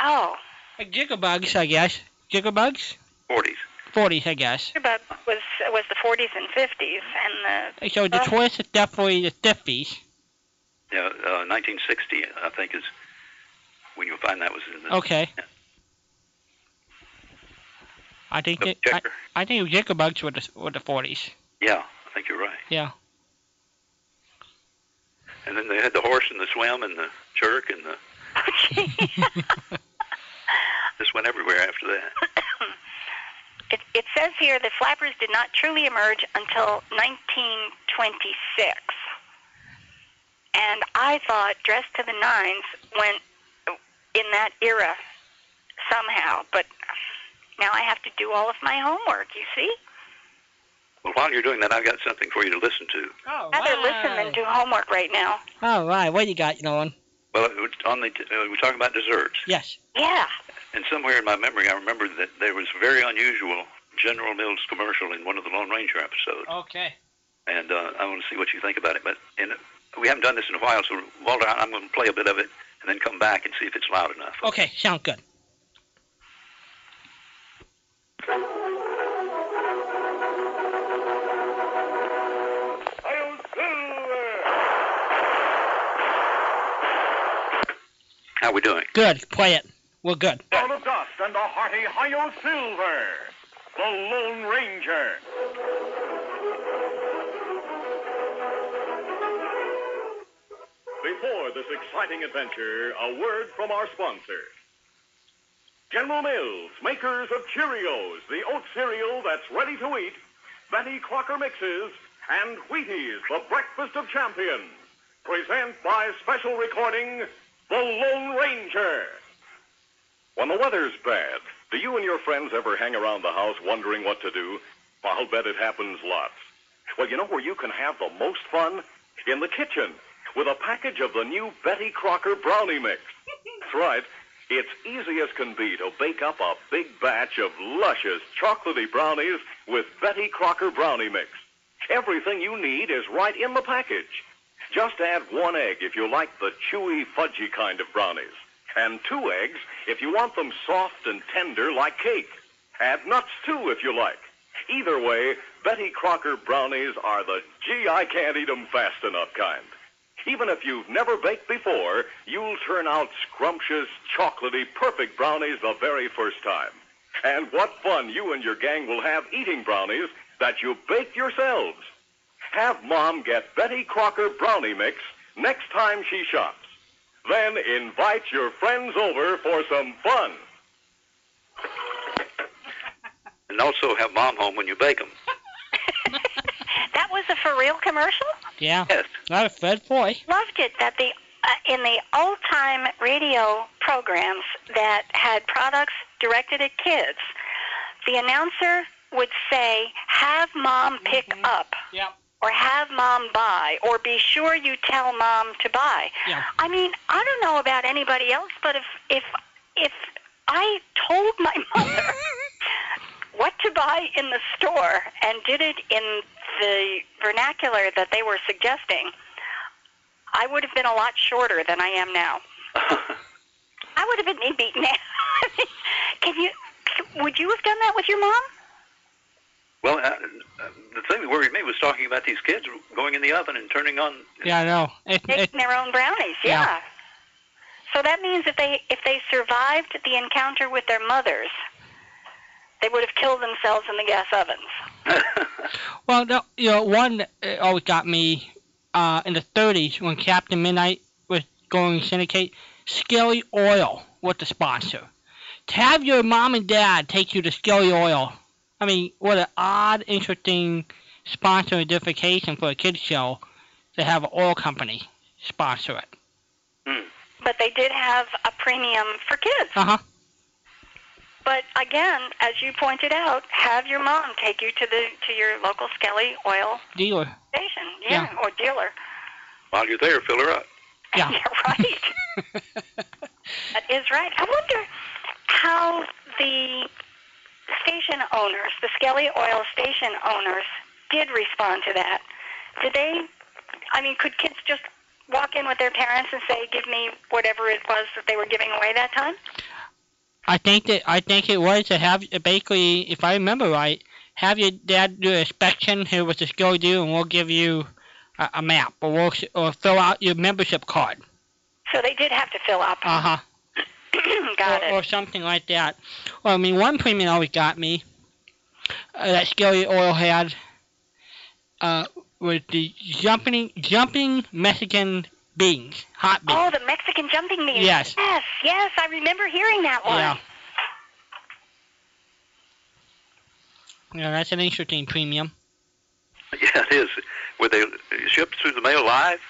Oh,
like jiggerbugs, I guess. Jiggerbugs,
40s.
forties, I guess.
about was was the 40s and 50s, and the
So the
Well-
twist is definitely the fifties.
Yeah, uh, 1960, I think, is when you'll find that was in the
Okay. I think
the
it, I,
checker.
I think jiggerbugs were the were the forties.
yeah, I think you're right.
Yeah.
And then they had the horse and the swim and the jerk and the this went everywhere after that.
it, it says here that flappers did not truly emerge until 1926, and I thought "Dressed to the Nines" went in that era somehow, but now I have to do all of my homework. You see,
Well, while you're doing that, I've got something for you to listen to.
Oh,
rather listen than do homework right now.
All right. What you got, Nolan?
Well, it was on the uh, we're talking about desserts,
Yes.
Yeah.
and somewhere in my memory, I remember that there was a very unusual General Mills commercial in one of the Lone Ranger episodes.
Okay.
and uh, I want to see what you think about it. But in, we haven't done this in a while, so Walter, I- I'm going to play a bit of it and then come back and see if it's loud enough.
Okay. Sound good.
How we doing?
Good. Play it. We're good.
Cloud of dust and the hearty Hio Silver, the Lone Ranger. Before this exciting adventure, a word from our sponsor. General Mills, makers of Cheerios, the oat cereal that's ready to eat, Betty Crocker mixes, and Wheaties, the breakfast of champions, present by special recording, The Lone Ranger. When the weather's bad, do you and your friends ever hang around the house wondering what to do? I'll bet it happens lots. Well, you know where you can have the most fun? In the kitchen, with a package of the new Betty Crocker Brownie Mix. That's right. It's easy as can be to bake up a big batch of luscious, chocolatey brownies with Betty Crocker Brownie Mix. Everything you need is right in the package. Just add one egg if you like the chewy, fudgy kind of brownies, and two eggs if you want them soft and tender like cake. Add nuts too if you like. Either way, Betty Crocker brownies are the gee, I can't eat 'em fast enough kind. Even if you've never baked before, you'll turn out scrumptious, chocolatey, perfect brownies the very first time. And what fun you and your gang will have eating brownies that you baked yourselves. Have Mom get Betty Crocker Brownie Mix next time she shops. Then invite your friends over for some fun.
And also have mom home when you bake them.
That was a for real commercial.
Yeah.
Yes.
Not a Fred boy.
Loved it that the uh, in the old-time radio programs that had products directed at kids, the announcer would say, "Have mom pick up."
Mm-hmm. Yep.
Or have mom buy, or be sure you tell mom to buy.
Yeah.
I mean, I don't know about anybody else, but if if if I told my mother what to buy in the store and did it in the vernacular that they were suggesting, I would have been a lot shorter than I am now. I would have been knee beaten. Can you? Would you have done that with your mom?
well, uh, uh, the thing that worried me was talking about these kids going in the oven and turning on.
Yeah, I know. It, it,
Making their own brownies, yeah.
Yeah.
So that means if they if they survived the encounter with their mothers, they would have killed themselves in the gas ovens.
Well, the, you know, one uh, always got me uh, in the 30s when Captain Midnight was going to syndicate. Skelly Oil was the sponsor. To have your mom and dad take you to Skelly Oil, I mean, what an odd, interesting sponsor identification for a kids show to have an oil company sponsor it.
But they did have a premium for kids.
Uh huh.
But again, as you pointed out, have your mom take you to the to your local Skelly oil
Dealer.
station, yeah, or dealer.
While you're there, fill her up.
Yeah.
right. That is right. I wonder how the station owners, the Skelly Oil station owners, did respond to that. Did they? I mean, could kids just walk in with their parents and say, "Give me whatever it was that they were giving away that time"?
I think that I think it was to have basically, if I remember right, have your dad do an inspection. Here what the skill do, and we'll give you a, a map, or we'll s- or fill out your membership card.
So they did have to fill up.
Uh huh.
Got
or,
it.
or something like that. Well, I mean, one premium always got me uh, that Skelly Oil had uh, was the jumping jumping Mexican beans, hot beans.
Oh, the Mexican jumping beans.
Yes.
Yes, yes, I remember hearing that one.
yeah. Yeah, that's an interesting premium.
Yeah, it is. Were they shipped through the mail live?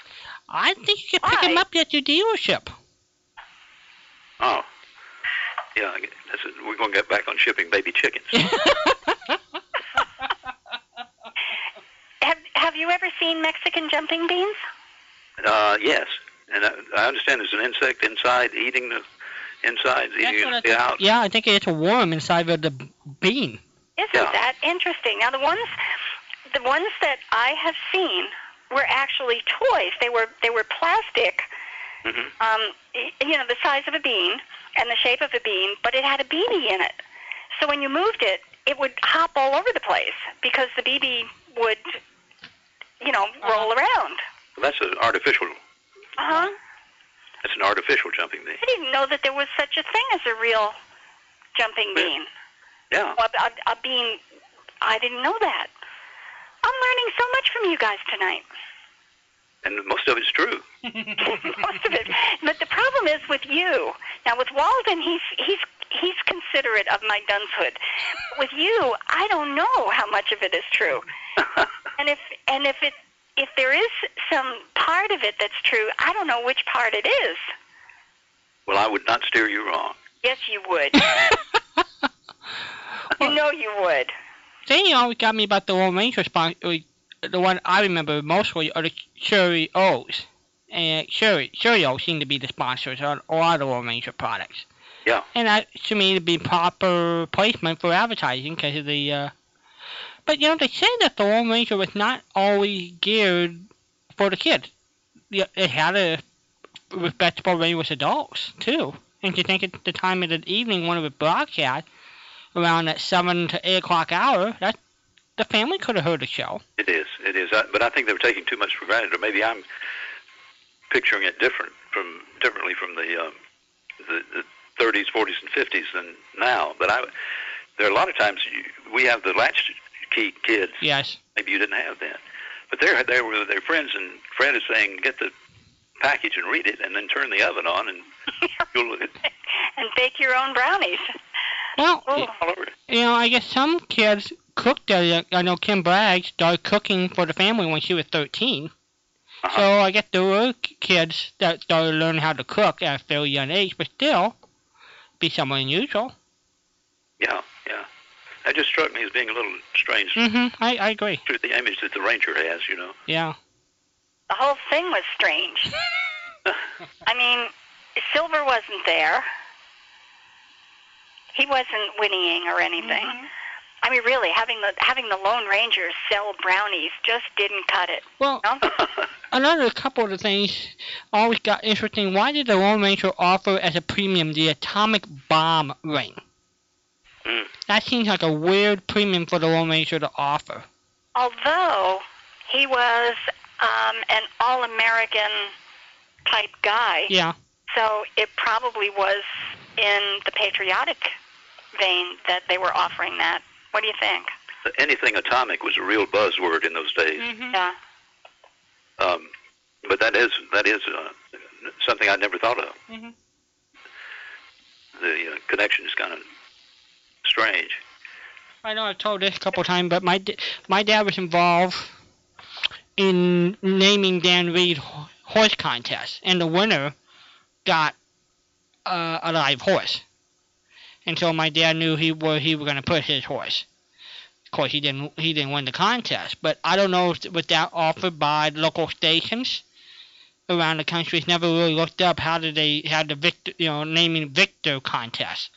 I think you could pick them
Why?
up at your dealership.
Oh. Yeah, I guess that's it. we're going to get back on shipping baby chickens.
Have Have you ever seen Mexican jumping beans?
Uh, yes, and I, I understand there's an insect inside eating the insides,
That's
eating
what I
it
think.
out.
Yeah, I think it's a worm inside of the bean.
Isn't
Yeah.
that interesting? Now the ones the ones that I have seen were actually toys. They were they were plastic,
hmm
um, y- you know, the size of a bean and the shape of a bean, but it had a BB in it. So when you moved it, it would hop all over the place because the BB would, you know, roll around.
That's an artificial.
Uh huh.
That's an artificial jumping bean.
I didn't know that there was such a thing as a real jumping
Yeah.
bean.
Yeah.
Well, a, a bean. I didn't know that. I'm learning so much from you guys tonight.
and most of it's true.
Most of it. But the problem is with you. Now with Walden, he's he's he's considerate of my duncehood. With you, I don't know how much of it is true. And if and if it if there is some part of it that's true, I don't know which part it is.
well, I would not steer you wrong.
Yes, you would. you know you would.
They always got me about the Lone Ranger sponsor. uh, The one I remember mostly are the Cheerios. And Cheeri- Cheerios seem to be the sponsors on a lot of Lone Ranger products.
Yeah.
And that to me to be proper placement for advertising because of the. Uh, but you know they say that the Lone Ranger was not always geared for the kids. Yeah, It had a respectable rating with adults too. And you think at the time of the evening when it was broadcast, around that seven to eight o'clock hour, that the family could have heard the show.
It is. It is. I, but I think they were taking too much for granted, or maybe I'm picturing it different from differently from the um, the, the 30s, 40s, and 50s than now. But I, there are a lot of times you, we have the latchkey kids.
Yes.
Maybe you didn't have that. But they're there with their friends, and Fred is saying, "Get the package and read it, and then turn the oven on, and you'll it's
and bake your own brownies.
Well,
Oh.
all over."
you know, I guess some kids cooked. Their, I know Kim Bragg started cooking for the family when she was 13. So
Uh-huh.
I guess there were k- kids that started learning how to cook at a fairly young age, but still, be somewhat unusual.
Yeah, yeah. That just struck me as being a little strange
Mm-hmm. I, I agree.
to the image that the ranger has, you know.
Yeah.
The whole thing was strange. I mean, Silver wasn't there. He wasn't whinnying or anything.
Mm-hmm.
I mean, really, having the having the Lone Rangers sell brownies just didn't cut it.
Well,
No?
another couple of the things always got interesting. Why did the Lone Ranger offer as a premium the atomic bomb ring?
Mm.
That seems like a weird premium for the Lone Ranger to offer.
Although he was um, an all-American type guy,
Yeah.
so it probably was in the patriotic vein that they were offering that. What do you think?
anything atomic was a real buzzword in those days.
Mm-hmm.
Yeah.
Um, but that is that is uh, something I never thought of.
Mhm.
The uh, connection is kind of strange.
I know I've told this a couple times, but my d- my dad was involved in naming Dan Reed ho- horse contest, and the winner got uh, a live horse. And so my dad knew he where he was going to put his horse. Of course, he didn't he didn't win the contest, but I don't know if it was that offered by local stations around the country. It's never really looked up how did they had the victor you know naming victor contest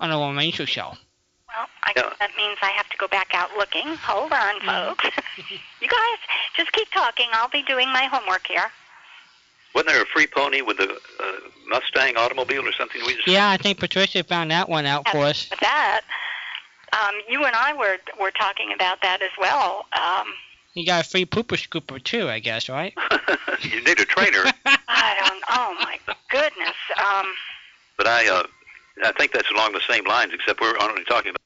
on the Lone Ranger show.
Well, I guess
Yeah.
that means I have to go back out looking. Hold on,
Mm-hmm.
folks. you guys, just keep talking. I'll be doing my homework here.
Wasn't there a free pony with a uh, Mustang automobile or something? We just
Yeah, I think Patricia found that one out for us.
With that, um, you and I were were talking about that as well. Um,
You got a free pooper scooper too, I guess, right?
you need a trainer.
I don't. Oh my goodness. Um,
But I, uh, I think that's along the same lines, except we're only talking about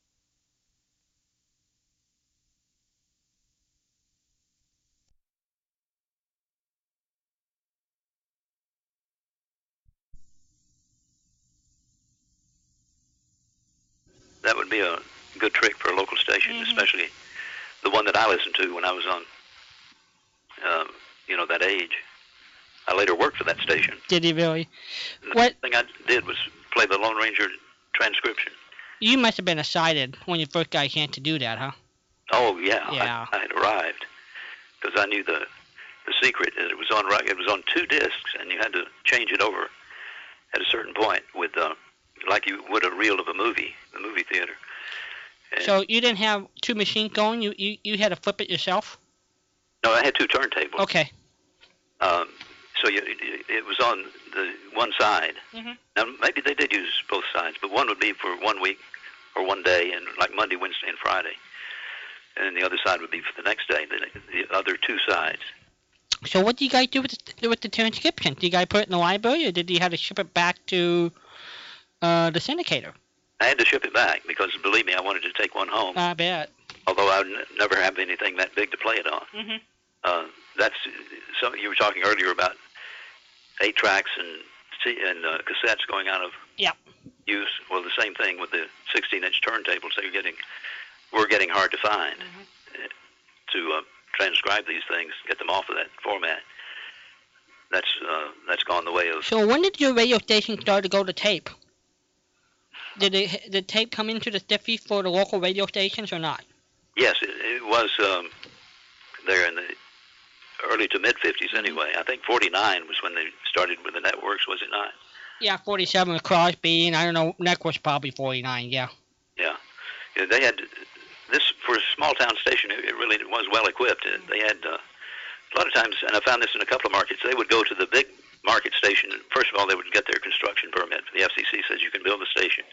that would be a good trick for a local station,
Mhm.
especially the one that I listened to when I was on, um, you know, that age. I later worked for that station.
Did he really?
The
What-
thing I did was play the Lone Ranger transcription.
You must have been excited when you first got a chance to do that, huh?
Oh yeah,
Yeah.
I, I had arrived because I knew the the secret. It was on rec- it was on two discs, and you had to change it over at a certain point with uh, like you would a reel of a movie, the movie theater. And,
So you didn't have two machines going. You you, you had to flip it yourself.
no, I had two turntables.
Okay.
Um, so you, it it was on the one side.
Mhm.
Now maybe they did use both sides, but one would be for one week or one day, and like Monday, Wednesday, and Friday, and then the other side would be for the next day. The, the other two sides.
So what do you guys do with the, with the transcription? Do you guys put it in the library, or did you have to ship it back to uh, the syndicator?
I had to ship it back because, believe me, I wanted to take one home.
I bet.
although I would n- never have anything that big to play it on.
Mhm.
Uh, that's so you were talking earlier about eight tracks and C- and uh, cassettes going out of
Yep.
use. Well, the same thing with the 16-inch turntables. They're getting were getting hard to find uh, to uh, transcribe these things, get them off of that format. That's uh, that's gone the way of
So when did your radio station start to go to tape? Did it, did tape come into the stiffy for the local radio stations or not?
Yes, it, it was um, there in the early to mid 50s anyway. I think 49 was when they started with the networks, was it not?
Yeah, 47 with Crosby, and I don't know, Neck was probably 49, yeah.
Yeah. yeah they had this for a small town station, it, it really was well equipped. It, they had uh, a lot of times, and I found this in a couple of markets, they would go to the big market station. First of all, they would get their construction permit. The FCC says you can build a station.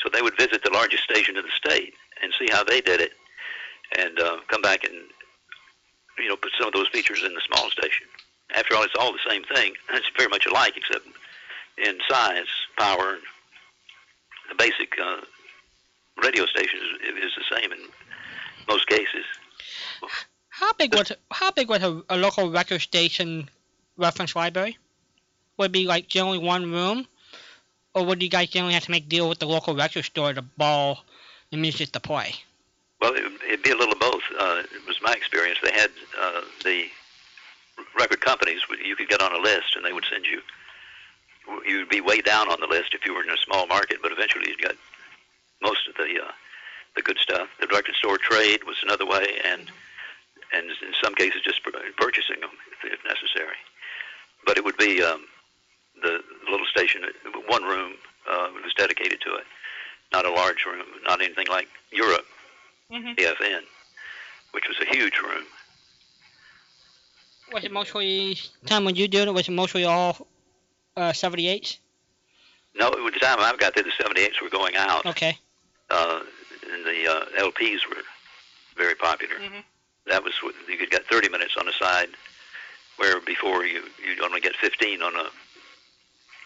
So they would visit the largest station in the state and see how they did it and uh, come back and you know, put some of those features in the small station. After all, it's all the same thing. It's very much alike, except in size, power, and the basic uh, radio station is, is the same in most cases.
How big was how big was a, a local record station reference library? Would it be like generally one room, or would you guys generally have to make deal with the local record store to borrow the music to play?
Well, it, it'd be a little of both. Uh, it was my experience. They had uh, the record companies. You could get on a list, and they would send you. You'd be way down on the list if you were in a small market, but eventually you'd got most of the uh, the good stuff. The record store trade was another way, and and in some cases just pur- purchasing them if, if necessary. But it would be um, the little station, one room uh, was dedicated to it, not a large room, not anything like Europe. AFN, which was a huge room.
Was it mostly time when you did it? Was it mostly all uh, 78s?
No, at the time I got there, the 78s were going out,
Okay.
uh, and the uh, LPs were very popular.
Mhm.
That was what, you could get 30 minutes on a side, where before you you'd only get 15 on a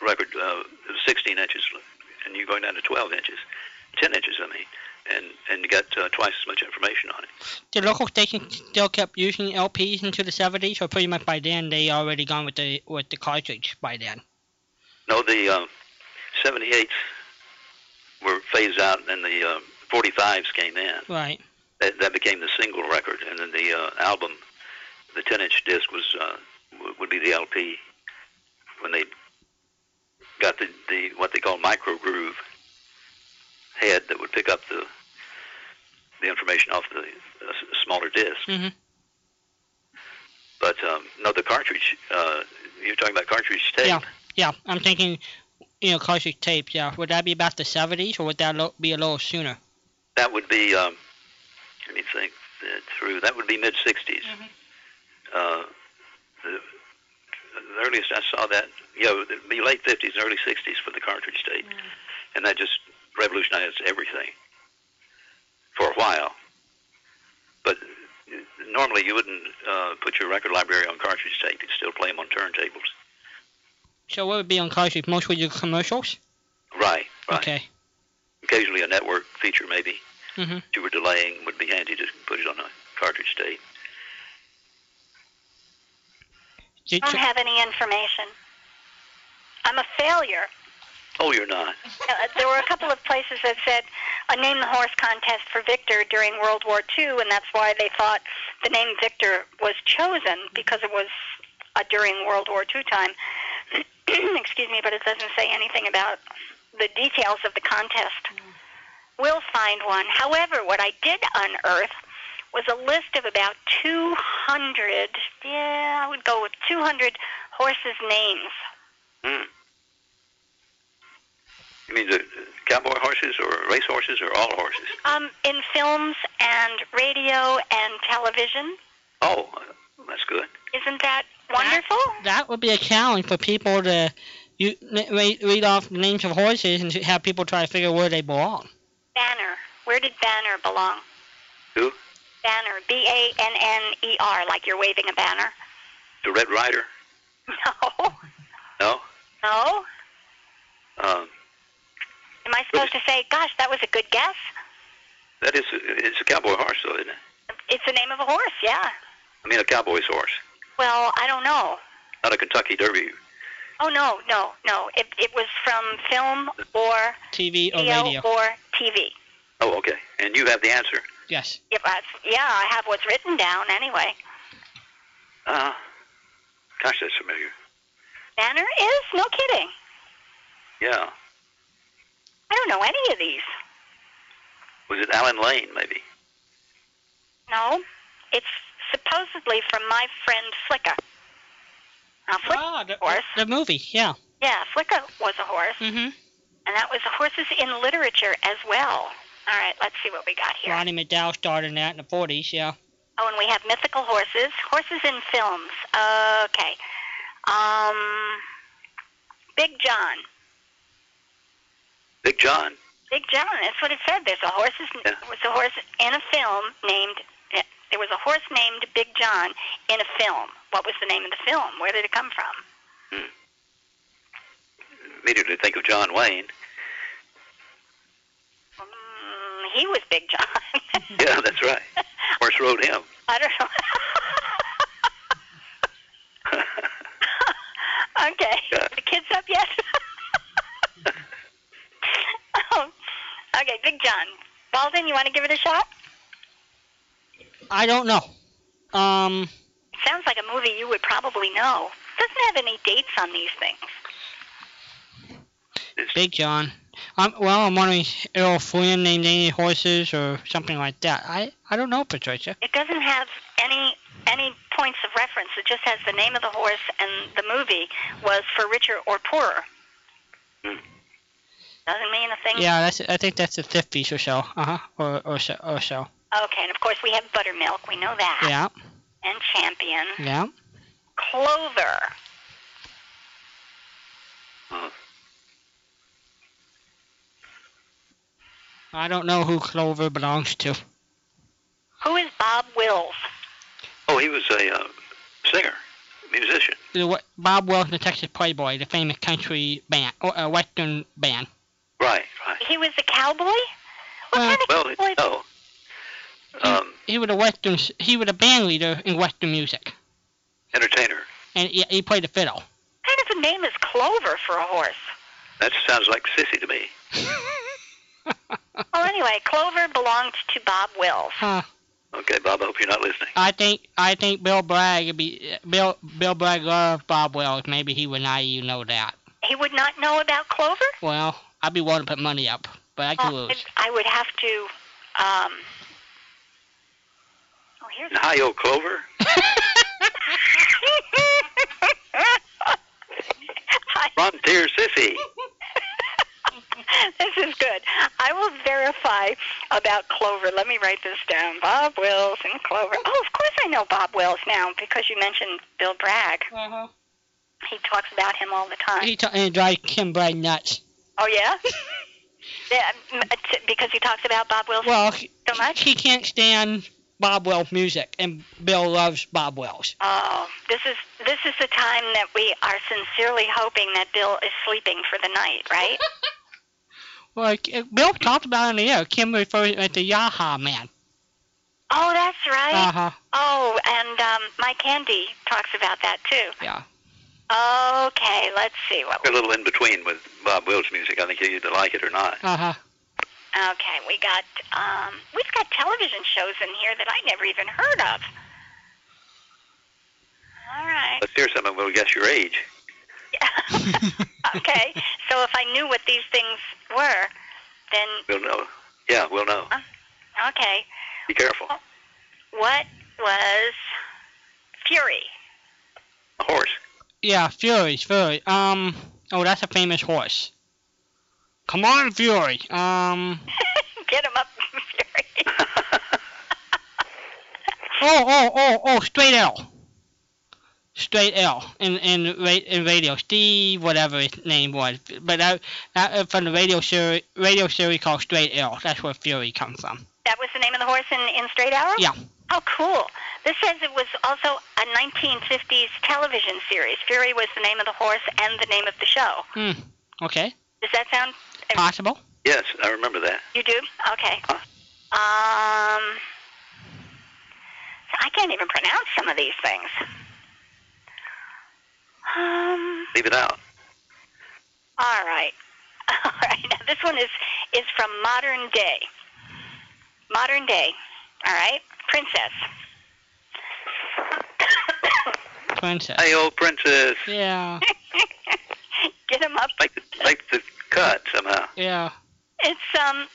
record, uh, 16 inches, and you're going down to 12 inches, 10 inches, I mean, and and got uh, twice as much information on it.
The local station still kept using LPs into the 70s, so pretty much by then they already gone with the with the cartridge by then.
No, the um, 78s were phased out, and the uh, 45s came in.
Right.
That, that became the single record, and then the uh, album, the 10-inch disc was uh, w- would be the LP when they got the, the what they call micro groove head that would pick up the the information off the uh, s- smaller disc.
Mm-hmm.
But um, no, the cartridge. Uh, you're talking about cartridge tape.
Yeah. Yeah, I'm thinking, you know, cartridge tapes. Yeah, would that be about the 70s, or would that lo- be a little sooner?
That would be, um, let me think that through. That would be mid 60s. Uh, the, the earliest I saw that, yeah, it would be late 50s, early 60s for the cartridge tape. And that just revolutionized everything for a while. But uh, normally you wouldn't uh, put your record library on cartridge tape, you'd still play them on turntables.
So what would be on cartridge? Mostly your commercials.
Right, right.
Okay.
Occasionally a network feature, maybe.
Mm-hmm.
If you were delaying, would be handy to put it on a cartridge tape.
Did,
don't have any information. I'm a failure.
Oh, you're not.
Uh, there were a couple of places that said a name the horse contest for Victor during World War II, and that's why they thought the name Victor was chosen because it was uh, during World War II time. Excuse me, but it doesn't say anything about the details of the contest. We'll find one. However, what I did unearth was a list of about 200, yeah, I would go with 200 horses' names.
Hmm. You mean the cowboy horses or race horses or all horses?
Um, in films and radio and television.
Oh, that's good.
Isn't that wonderful?
that would be a challenge for people to you read, read off the names of horses and to have people try to figure where they belong.
Banner. Where did Banner belong?
Who?
Banner. B A N N E R, like you're waving a banner.
The Red Rider?
No.
No.
No?
Um,
Am I supposed to say, gosh, that was a good guess?
that is, it's a cowboy horse, though, isn't it?
It's the name of a horse, yeah.
I mean, a cowboy's horse,
Well, I don't know.
not a Kentucky Derby.
Oh, no, no, no. It, it was from film or
TV or
video
Oh, radio.
or TV.
Oh, okay. And you have the answer.
Yes.
If I, yeah, I have what's written down anyway.
Uh, gosh, that's familiar.
Banner is? No kidding.
Yeah.
I don't know any of these.
Was it Alan Lane, maybe?
No, it's supposedly from my friend Flicka. Now, Flick,
Ah, the,
horse.
the movie. Yeah.
yeah, Flicka was a horse,
Mm-hmm.
and that was horses in literature as well. All right, let's see what we got here.
Ronnie McDowell started that in the 40s. Yeah.
Oh, and we have mythical horses, horses in films. Okay. Um, Big John.
Big John.
Big John. That's what it said. There's a horse's
Yeah.
there was a horse in a film named. yeah, There was a horse named Big John in a film. What was the name of the film? Where did it come from?
Immediately think of John Wayne.
Mm, he was Big John.
Yeah, that's right. Horse rode him.
I don't know. okay.
Yeah.
The kids up yet? um, okay, Big John. Walden, you want to give it a shot?
I don't know. Um.
It sounds like a movie you would probably know. It doesn't have any dates on these things.
It's-
Big John. Um, well, I'm wondering if Errol Flynn named any horses or something like that. I, I don't know, Patricia.
It doesn't have any any points of reference. It just has the name of the horse and the movie was for richer or poorer.
Hmm.
Doesn't mean a thing.
Yeah, that's I think that's the 50s or so. Uh huh. Or or so or so.
Okay, and of course we have buttermilk. We know that.
Yeah.
And champion.
Yeah.
Clover.
uh,
I don't know who Clover belongs to.
Who is Bob Wills?
oh, he was a uh, singer, musician.
the Wa- Bob Wells and the Texas Playboy, the famous country band, or, uh, western band.
Right, right.
He was a cowboy?
Well,
Well, it's no. Um,
he was a Western. s- He was a band leader in Western music,
entertainer.
and he, he played the fiddle.
What kind of a name is Clover for a horse?
That sounds like sissy to me.
Well, anyway, Clover belonged to Bob Wills.
Huh.
Okay, Bob, I hope you're not listening.
I think I think Bill Bragg would be Bill Bill Bragg loved Bob Wells. Maybe he would not even know that.
He would not know about Clover?
Well, I'd be willing to put money up, but I could
Uh,
lose.
I would have to. Um, oh, here's.
And Hi, old Clover.
I-
Frontier sissy.
this is good. I will verify about Clover. Let me write this down. Bob Wills and Clover. Oh, of course I know Bob Wills now because you mentioned Bill Bragg.
Uh-huh.
He talks about him all the time.
He t- and it drives Kim Bragg nuts.
oh yeah. yeah, m- it's because he talks about Bob Wills
Well, he,
so much.
he can't stand Bob Wells music, and Bill loves Bob Wells.
Oh, this is this is the time that we are sincerely hoping that Bill is sleeping for the night, right?
Well, K- Bill talked about it on the air. Kim refers to it as the Yaha man.
oh, that's right.
Uh huh.
Oh, and um, Mike Candy talks about that too.
Yeah.
Okay, let's see what.
You're a little in between with Bob Wills' music. I think you either like it or not.
Uh huh.
Okay, we got um, we've got television shows in here that I never even heard of. All right.
Let's hear some of them. We'll guess your age.
Uh-huh.
okay. So if I knew what these things were, then
We'll know. Yeah, we'll know.
okay.
Be careful.
What was Fury?
A horse.
Yeah, Fury, Fury. Um, oh, that's a famous horse. Come on, Fury. Um,
Get him up, Fury.
oh, oh, oh, oh, straight L. Straight L in in, ra- in radio. Steve, whatever his name was, but that, that uh, from the radio series radio series called Straight L. That's where Fury comes from.
That was the name of the horse in, in Straight Arrow?
Yeah.
Oh, cool. This says it was also a 1950s television series. Fury was the name of the horse and the name of the show.
Hmm. Okay.
Does that sound?
Possible.
Yes, I remember that.
You do? Okay. Um, I can't even pronounce some of these things. Um,
Leave it out.
all right. All right. Now, this one is, is from modern day. Modern day. All right. Princess.
Princess.
Hey, old princess.
Yeah.
Get him up.
Make the, make the cut somehow.
Yeah.
It's um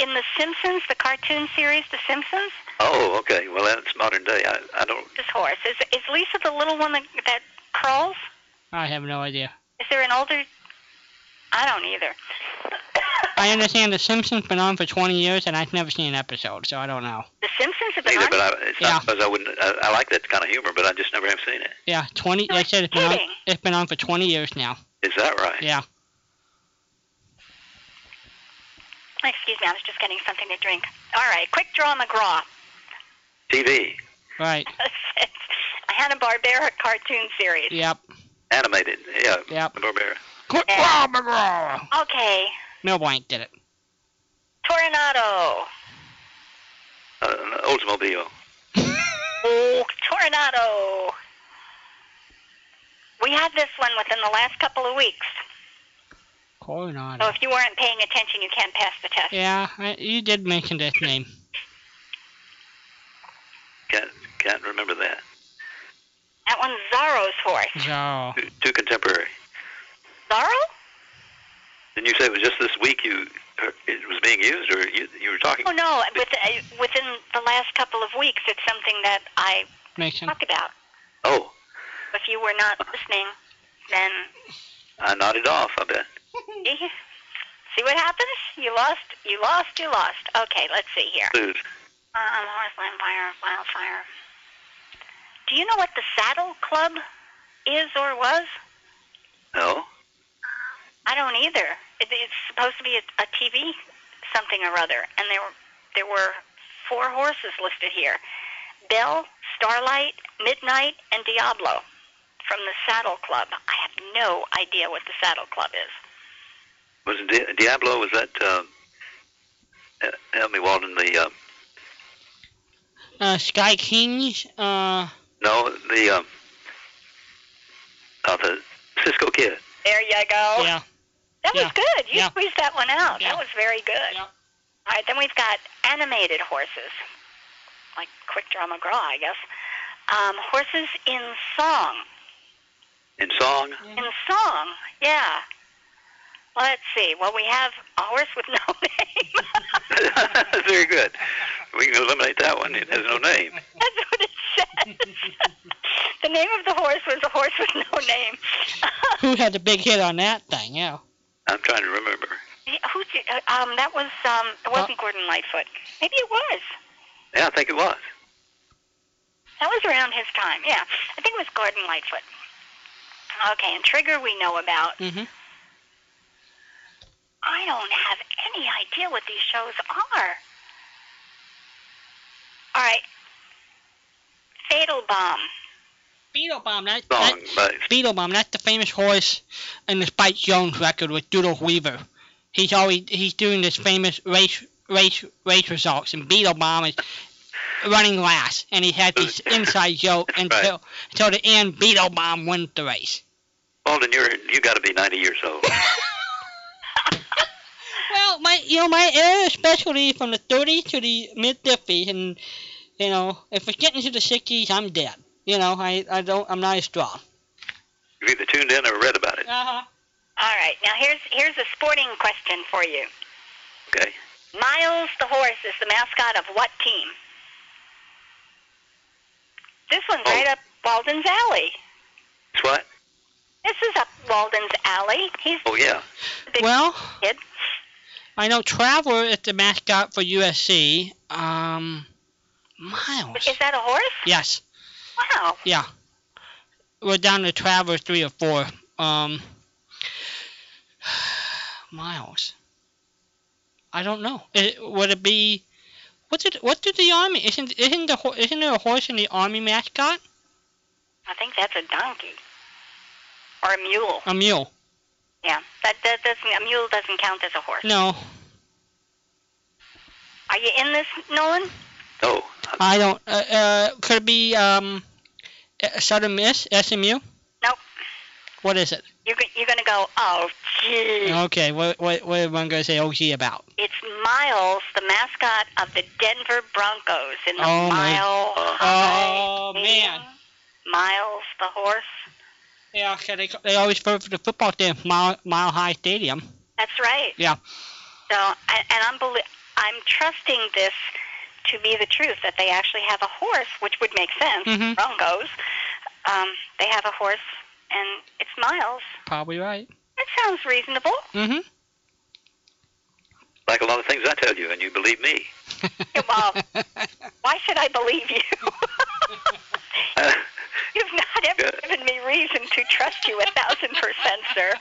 in The Simpsons, the cartoon series, The Simpsons.
Oh, okay. Well, that's modern day. I, I don't.
This horse is is Lisa the little one that, that crawls?
I have no idea.
Is there an older? I don't either.
I understand The Simpsons been on for 20 years, and I've never seen an episode, so I don't know.
The Simpsons have been
Neither,
on.
but I, it's
Yeah.
not because I wouldn't. I, I like that kind of humor, but I just never have seen it.
Yeah, 20. They said it's been on,
kidding.
it's been on for 20 years now.
Is that right?
Yeah.
Excuse me, I was just getting something to drink. All right, quick draw McGraw.
TV,
Right.
it's a Hanna Barbera cartoon series.
Yep.
animated. Yeah.
Yep.
Barbera.
Quick draw, McGraw.
Okay,
Mel Blanc did it.
Tornado.
Uh, Oldsmobile.
Oh, tornado. We had this one within the last couple of weeks. So
Coronado.
if you weren't paying attention, you can't pass the test.
Yeah, I, you did mention this name.
Can't can't remember that.
That one's Zorro's horse.
So,
Too, too contemporary.
Zorro?
Didn't you say it was just this week you uh, it was being used, or you you were talking?
Oh no, with, uh, within the last couple of weeks, it's something that I
Mason.
talked about.
Oh,
If you were not listening, then
I nodded off. I bet.
see, see what happens. You lost. You lost. You lost. Okay, let's see here.
Blues.
Um, Horseland Fire, Wildfire. Do you know what the Saddle Club is or was?
No.
I don't either. It, it's supposed to be a, a TV something or other, and there were there were four horses listed here: Bell, Starlight, Midnight, and Diablo from the Saddle Club. I have no idea what the Saddle Club is.
Was it Di- Diablo? Was that uh, uh, um, help me, Walden. The uh,
Uh, Sky Kings. Uh,
no, the um, uh, the Cisco Kid.
There you
Oh,
go.
yeah.
That was
yeah,
good. You
yeah.
squeezed that one out.
Yeah.
That was very good.
Yeah.
All right, then we've got animated horses, like Quick Draw McGraw, I guess. Um, horses in song.
in song.
Mm-hmm.
In song, yeah. Let's see. Well, we have a horse with no name.
Very good. We can eliminate that one. It has no name.
That's what it says. the name of the horse was a horse with no name.
Who had the big hit on that thing? Yeah.
I'm trying to remember.
Who? did- uh, Um, that was um. It
Uh.
wasn't Gordon Lightfoot. Maybe it was.
Yeah, I think it was.
That was around his time. Yeah, I think it was Gordon Lightfoot. Okay, and Trigger we know about.
Mhm.
I don't have any idea what these shows are. All right. Fatal Bomb.
Beetle Bomb. That,
Song
that,
by
Beetle Bomb. That's the famous horse in the Spike Jones record with Doodle Weaver. He's always he's doing this famous race race race results, and Beetle Bomb is running last, and he had this inside joke
That's right.
until until the end. Beetle Bomb wins the race.
Walden. You're you got to be 90 years old.
Well, my you know my era, especially from the 30s to the mid 50s, and you know if it's getting to the 60s, I'm dead. You know, I, I don't I'm not as strong.
You've either tuned in or read about it.
Uh-huh.
All right. Now here's here's a sporting question for you.
Okay.
Miles the horse is the mascot of what team? This one's
Oh.
right up Walden's alley.
It's what?
This is up Walden's alley. He's
Oh yeah.
the big
Well,
kid.
I know Traveler is the mascot for USC. Um, Miles.
Is that a horse?
Yes,
Wow.
yeah. We're down to Traveler three or four. Um, Miles. I don't know. It, would it be? What did what did the army? Isn't isn't the ho- isn't there a horse in the army mascot?
I think that's a donkey or a mule.
A mule?
Yeah, that, that doesn't a mule doesn't count as a horse.
No,
Are you in this, Nolan?
No.
I don't. Uh, uh could it be um, uh, Southern Miss SMU?
Nope.
What is it?
You're go- you're gonna go. Oh, gee.
Okay, what what what am I gonna say OG about?
It's Miles, the mascot of the Denver Broncos in the
Oh, my-
mile high.
Oh, man.
Miles the horse.
Yeah, 'cause they they always throw for the football team mile mile high stadium.
That's right.
Yeah.
So, and and I'm belie- I'm trusting this to be the truth that they actually have a horse, which would make sense.
Mhm.
Broncos. Um, they have a horse, and it's Miles.
Probably right.
That sounds reasonable.
Mhm.
Like a lot of things I tell you, and you believe me.
Well, why should I believe you? You've not ever
Yeah.
given me reason to trust you a thousand percent, sir.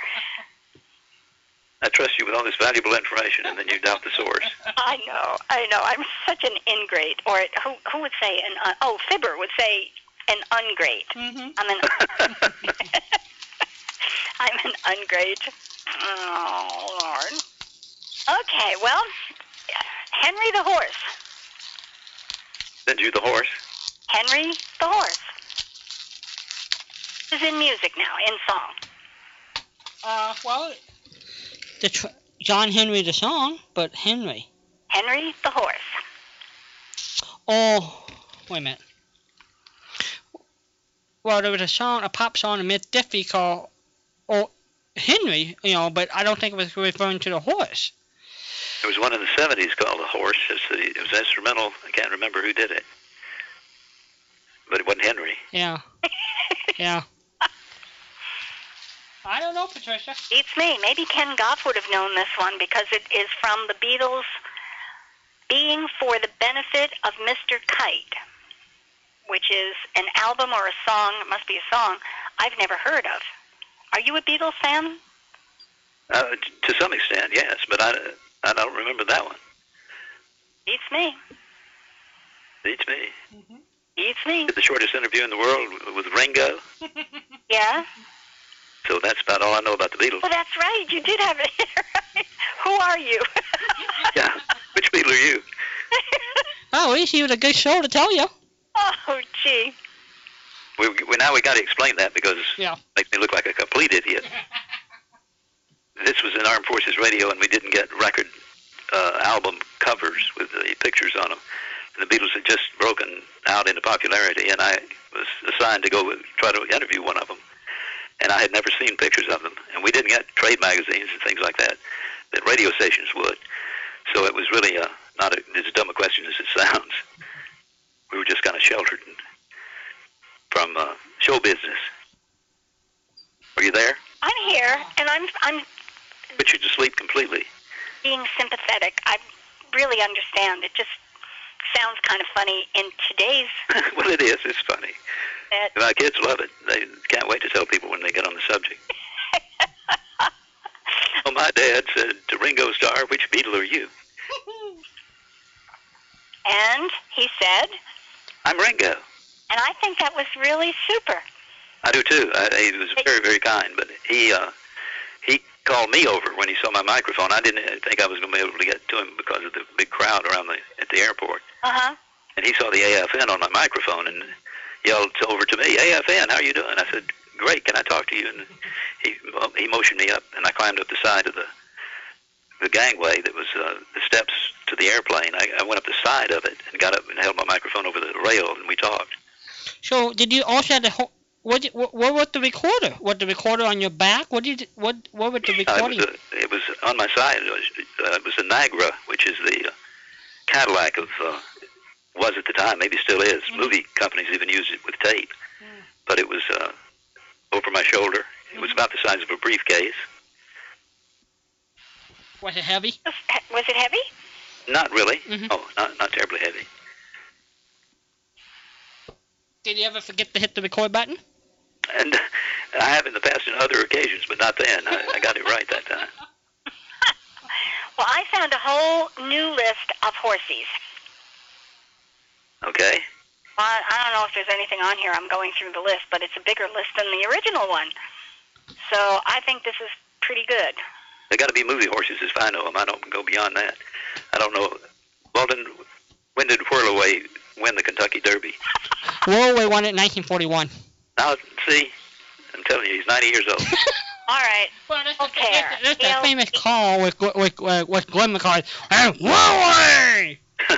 I trust you with all this valuable information, and then you doubt the source.
I know, I know. I'm such an ingrate, or who who would say an un- oh Fibber would say an ungrate.
Mhm.
I'm an I'm an ungrate. Oh Lord. Okay, well, Henry the horse.
Send you the horse.
Henry the horse is in music now, in song.
Uh, well, the tr- John Henry the song, but Henry.
Henry the horse.
Oh, wait a minute. Well, there was a song, a pop song in mid Diffie called "Oh Henry," you know, but I don't think it was referring to the horse.
There was one in the 70s called The Horse. It's the, it was instrumental. I can't remember who did it. But it wasn't Henry.
Yeah. yeah. I don't know, Patricia.
Beats me. Maybe Ken Goff would have known this one because it is from the Beatles Being for the Benefit of Mr. Kite, which is an album or a song, it must be a song, I've never heard of. Are you a Beatles fan?
Uh, t- to some extent, yes, but I, I don't remember that one.
Beats me.
Beats me.
Beats me.
Did the shortest interview in the world with Ringo.
Yeah?
So that's about all I know about the Beatles.
Well, that's right. You did have it. Who are you?
Yeah, but Which Beatle are you?
Oh, at least he was a good show to tell you.
oh, gee.
We, we now we got to explain that because
Yeah.
it makes me look like a complete idiot. this was in Armed Forces Radio, and we didn't get record uh, album covers with the pictures on them. And the Beatles had just broken out into popularity, and I was assigned to go with, try to interview one of them. And I had never seen pictures of them, and we didn't get trade magazines and things like that that radio stations would. So it was really uh not a, as dumb a question as it sounds. We were just kind of sheltered and from uh, show business. Are you there?
I'm here, and I'm I'm
But you're just asleep completely.
being sympathetic. I really understand. It just sounds kind of funny in today's
well, it is. It's funny.
net.
And our kids love it. They can't wait to tell people when they get on the subject. Well, my dad said to Ringo Starr, which Beatle are you?
and he said,
I'm Ringo.
and I think that was really super.
I do too. I, he was very, very kind. But he uh, he called me over when he saw my microphone. I didn't think I was going to be able to get to him because of the big crowd around the at the airport.
Uh huh.
and he saw the AFN on my microphone and yelled over to me, AFN, how you doing? I said, great, can I talk to you? And he he motioned me up, and I climbed up the side of the the gangway that was uh, the steps to the airplane. I, I went up the side of it and got up and held my microphone over the rail, and we talked.
So did you also have the whole? What, did- what, what was the recorder? Was the recorder on your back? What did what what was the
Uh, it,
recording?
was a, it was on my side. It was, uh, it was the Niagara, which is the uh, Cadillac of uh, was at the time, maybe still is. Movie companies even use it with tape, but it was uh, over my shoulder. It was about the size of a briefcase.
Was it heavy?
Was, was it heavy?
Not really.
Mhm.
Oh, not not terribly heavy.
Did you ever forget to hit the record button?
And I have in the past on other occasions, but not then. I, I got it right that time.
Well, I found a whole new list of horsies.
Okay.
I, I don't know if there's anything on here. I'm going through the list, but it's a bigger list than the original one. So I think this is pretty good.
They got to be movie horses as I know them. I don't go beyond that. I don't know. Walden, when did Whirlaway win the Kentucky Derby?
Norway won it in 1941.
Now, see, I'm telling you, he's 90 years old.
All right.
Well, that's,
Okay.
that's, that's
Yeah.
that famous call with with with, with Glenn McCarthy. And Norway.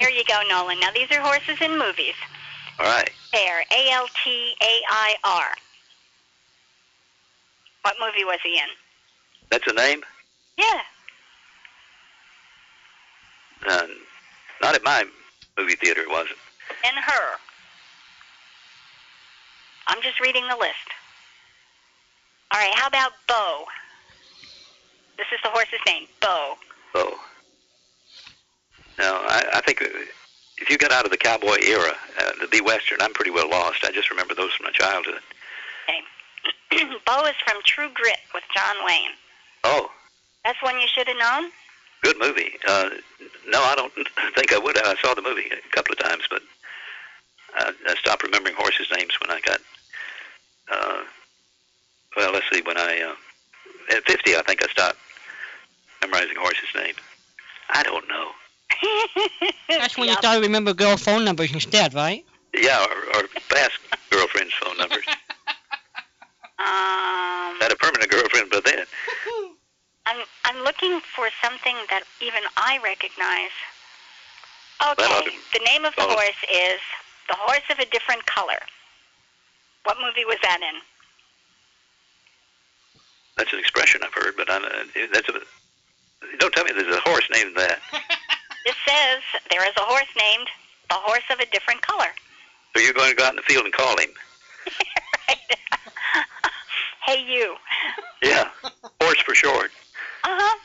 Here you go, Nolan. Now, these are horses in movies.
All right.
There, A L T A I R. What movie was he in?
That's a name?
Yeah.
Uh, not at my movie theater, it wasn't.
And her. I'm just reading the list. All right, how about Bo? This is the horse's name, Bo.
Oh. No, I, I think if you got out of the cowboy era, uh, the B Western, I'm pretty well lost. I just remember those from my childhood.
Bo is from True Grit with John Wayne.
Oh,
That's one you should have known.
good movie. Uh, no, I don't think I would. I saw the movie a couple of times, but I, I stopped remembering horses' names when I got. Uh, well, let's see. When I uh, at 50, I think I stopped memorizing horses' names. I don't know.
That's when you
Yep.
started to remember girl phone numbers instead, right?
Yeah, or, or past girlfriends' phone numbers.
Um,
Not a permanent girlfriend, but then
I'm I'm looking for something that even I recognize.
Well, I'll
Okay,
do-
the name of the
I'll-
horse is The Horse of a Different Color. What movie was that in?
that's an expression I've heard. But I'm, uh, that's a. Don't tell me there's a horse named that.
This says there is a horse named The Horse of a Different Color.
So you're going to go out in the field and call him.
Right? hey, you.
Yeah, horse for short.
Uh huh.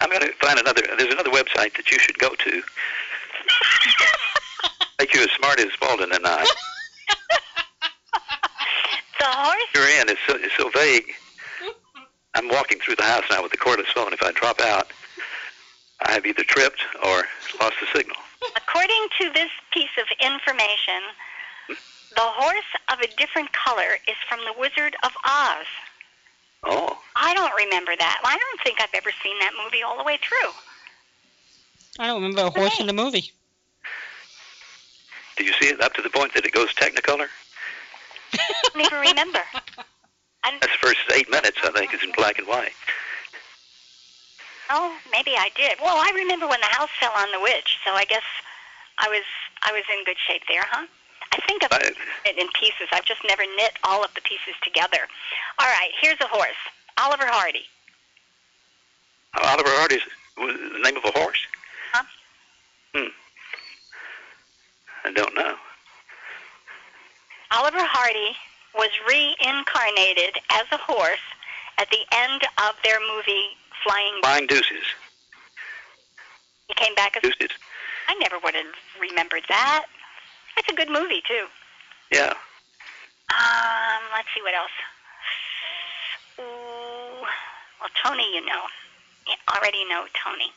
I'm going to find another. There's another website that you should go to. Make you as smart as Walden and I.
The horse.
You're in. It's so, it's so vague. I'm walking through the house now with the cordless phone. If I drop out, I have either tripped or lost the signal.
According to this piece of information, the horse of a different color is from the Wizard of Oz.
Oh,
I don't remember that. I don't think I've ever seen that movie all the way through.
I don't remember a horse in the movie.
Did you see it up to the point that it goes Technicolor?
I don't even remember.
That's the first eight minutes, I think, is in black and white.
Oh, maybe I did. Well, I remember when the house fell on the witch, so I guess I was I was in good shape there, huh? I think I've
I,
it in pieces. I've just never knit all of the pieces together. All right, here's a horse. Oliver Hardy.
Oliver Hardy's was the name of a horse?
Huh?
Hmm. I don't know.
Oliver Hardy was reincarnated as a horse at the end of their movie Flying.
Flying Deuces.
He came back as
Deuces.
I never would have remembered that. That's a good movie too.
Yeah.
Um, let's see what else. Ooh, well, Tony, you know, you already know Tony,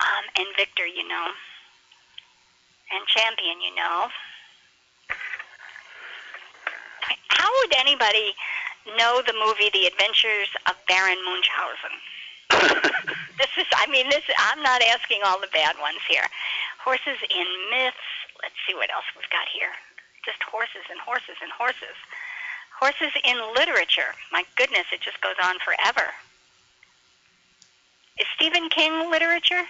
um, and Victor, you know, and Champion, you know. How would anybody know the movie The Adventures of Baron Munchausen? This is, I mean, this. I'm not asking all the bad ones here. Horses in myths. Let's see what else we've got here. Just horses and horses and horses. Horses in literature. My goodness, it just goes on forever. Is Stephen King literature?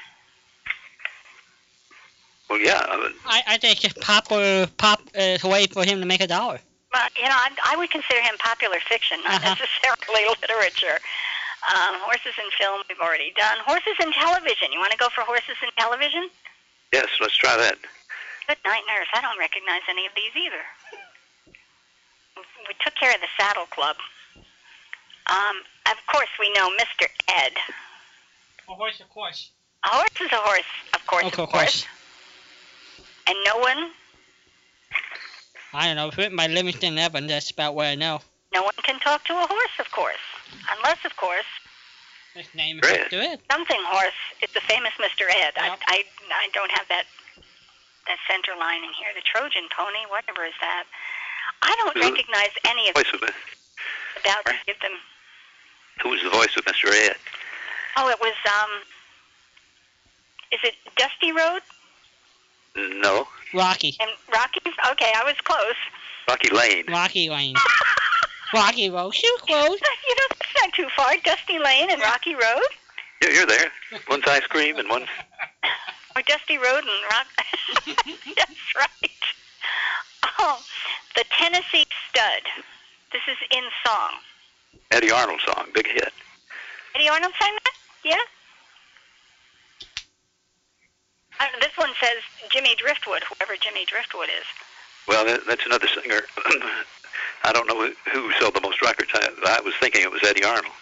well, yeah. I mean,
I, I think it's popular pop is a way for him to make a dollar.
Well, you know, I, I would consider him popular fiction, not
Uh-huh.
necessarily literature. Um, horses in film, we've already done. Horses in television. You want to go for horses in television?
yes, let's try that.
Good night, nurse. I don't recognize any of these either. We took care of the saddle club. Um, of course, we know Mr. Ed.
A horse, of course.
A horse is a horse, of course,
Okay,
of course. And no one,
I don't know. It's written by Livingston Evans. That's about what I know.
no one can talk to a horse, of course, unless, of course,
His name is
Great.
after it.
something horse is the famous Mr. Ed.
Yep.
I, I, I don't have that that center line in here. The Trojan pony, whatever is that. I don't
Who's-
recognize any of
Voice of,
about to give them.
who was the voice of Mr. Ed?
Oh, it was um. Is it Dusty Road
No.
Rocky.
and Rocky? Okay, I was close.
Rocky Lane.
Rocky Lane.
you
Rocky Road. Shoot close.
know that's not too far. Dusty Lane and Rocky Road,
You're, you're there. One's ice cream and one's.
or Dusty Road and Rock. that's right. Oh, the Tennessee Stud. This is in song.
Eddie Arnold song, big hit.
Eddie Arnold sang that? Yeah. I don't know, this one says Jimmy Driftwood, whoever Jimmy Driftwood is.
Well, that, that's another singer. I don't know who- who sold the most records. I, I was thinking it was Eddie Arnold.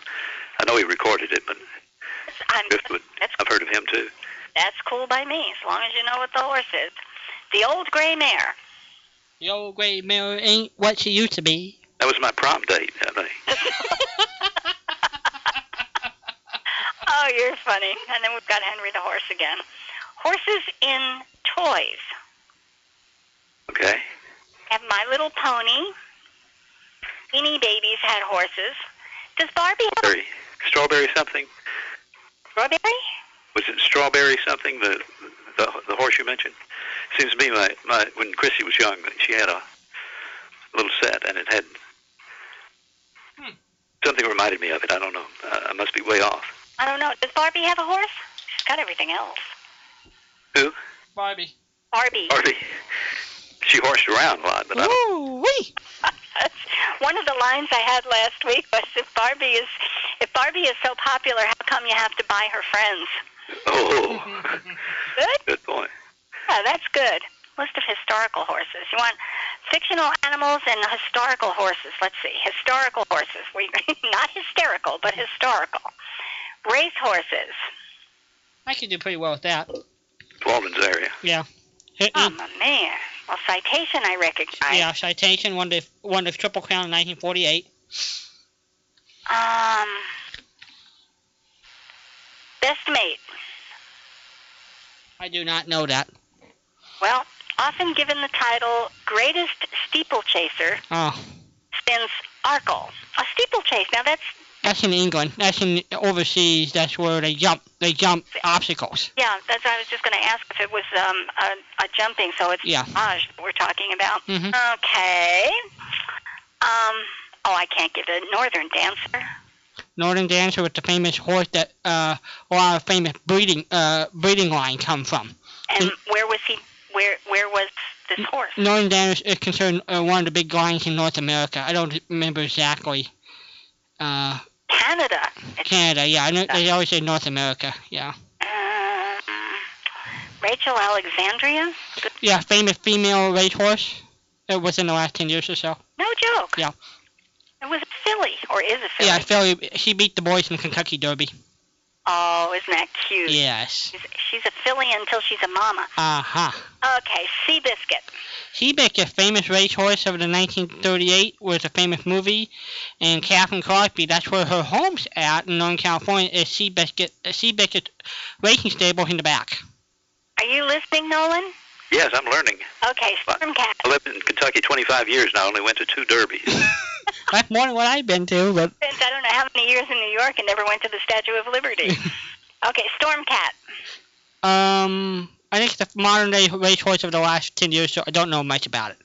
I know he recorded it, but
It's- I'm,
Driftwood.
that's
I've heard of him too.
that's cool by me, as long as you know what the horse is. The old gray mare.
The old great mirror ain't what she used to be.
That was my prom date. I think.
Oh, you're funny. And then we've got Henry the horse again. Horses in toys.
Okay.
Have My Little Pony. Beanie Babies had horses. Does Barbie have
Strawberry, strawberry something.
strawberry?
Was it strawberry something? The the, the horse you mentioned. Seems to me my my when Chrissy was young, she had a little set, and it had
Hmm.
something reminded me of it. I don't know. Uh, I, I must be way off.
I don't know. Does Barbie have a horse? She's got everything else.
Who?
Barbie.
Barbie.
Barbie. She horsed around a lot, but I don't
Woo wee.
That's one of the lines I had last week was if Barbie is if Barbie is so popular, how come you have to buy her friends?
Oh,
Good?
good point.
Yeah, that's good. List of historical horses. You want fictional animals and historical horses. Let's see. Historical horses. We not hysterical, but historical. Race horses.
I could do pretty well with that.
Walden's area.
Hit me.
Oh my man. Well citation I recognize.
Mm. Yeah, citation won the won the Triple Crown in 1948.
Um Best mate.
I do not know that.
Well, often given the title greatest steeplechaser
Oh,
since Arkle. A steeplechase. Now that's
That's in England. That's in overseas. That's where they jump. They jump obstacles.
Yeah, that's what I was just going to ask if it was um, a, a jumping, so it's
Yeah.
Taj that we're talking about.
hmm
Okay. Um, oh, I can't get a northern dancer.
Northern Dancer with the famous horse that uh, a lot of famous breeding uh, breeding line come from.
And
Mm-hmm.
where was he? Where where was this horse?
Northern Dancer is considered uh, one of the big lines in North America. I don't remember exactly. Uh,
Canada.
Canada, yeah. I know they always say North America, yeah.
Um, Rachel Alexandria.
Yeah, famous female racehorse uh, within the last 10 years or so.
No joke.
Yeah.
It was a filly, or is a filly?
Yeah, Philly, she beat the boys in the Kentucky Derby.
Oh, isn't that cute?
Yes.
She's, she's a filly until she's a mama.
Uh-huh.
Okay, Seabiscuit.
Seabeck, a famous racehorse of the 1938, was a famous movie, and Catherine Crosby, that's where her home's at in Northern California, is Seabiscuit, uh, Seabiscuit Racing Stable in the back.
Are you listening, Nolan?
Yes, I'm learning.
Okay, Stormcat.
I lived in Kentucky 25 years now. I only went to two derbies.
That's more than what I've been to, but
Spent I don't know how many years in New York and never went to the Statue of Liberty. okay, Stormcat.
um, I think it's the modern day racehorse of the last 10 years, so I don't know much about it.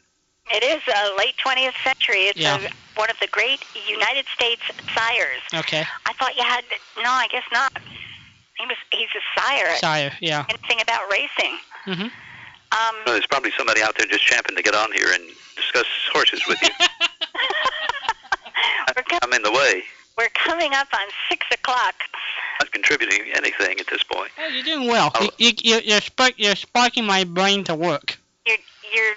It is uh, late 20th century. It's
Yeah.
uh one of the great United States sires.
Okay.
I thought you had. No, I guess not. He was. He's a sire.
Sire, yeah.
Anything about racing?
Mm-hmm.
No,
Um,
there's probably somebody out there just champing to get on here and discuss horses with you.
we're, com-
I'm in the way.
we're coming up on six o'clock.
Not contributing anything at this point.
Well, you're doing well.
Oh.
You, you, you're, spark, you're sparking my brain to work.
You're. You're.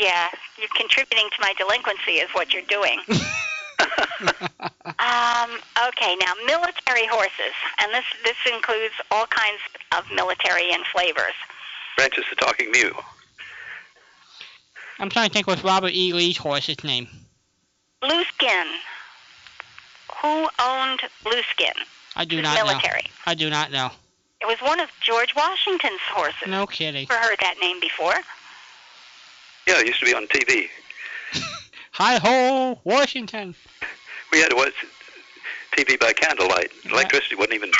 Yeah. You're contributing to my delinquency, is what you're doing. Um, okay, now military horses, and this this includes all kinds of military and flavors.
Branch is the talking mule.
I'm trying to think what's Robert E. Lee's horse's name.
Blueskin. Who owned Blueskin?
I do
The
not know.
military.
I do not know.
It was one of George Washington's horses.
No kidding.
Never heard that name before.
Yeah, it used to be on TV.
Hi ho, Washington.
We had to watch TV by candlelight. Electricity wasn't even.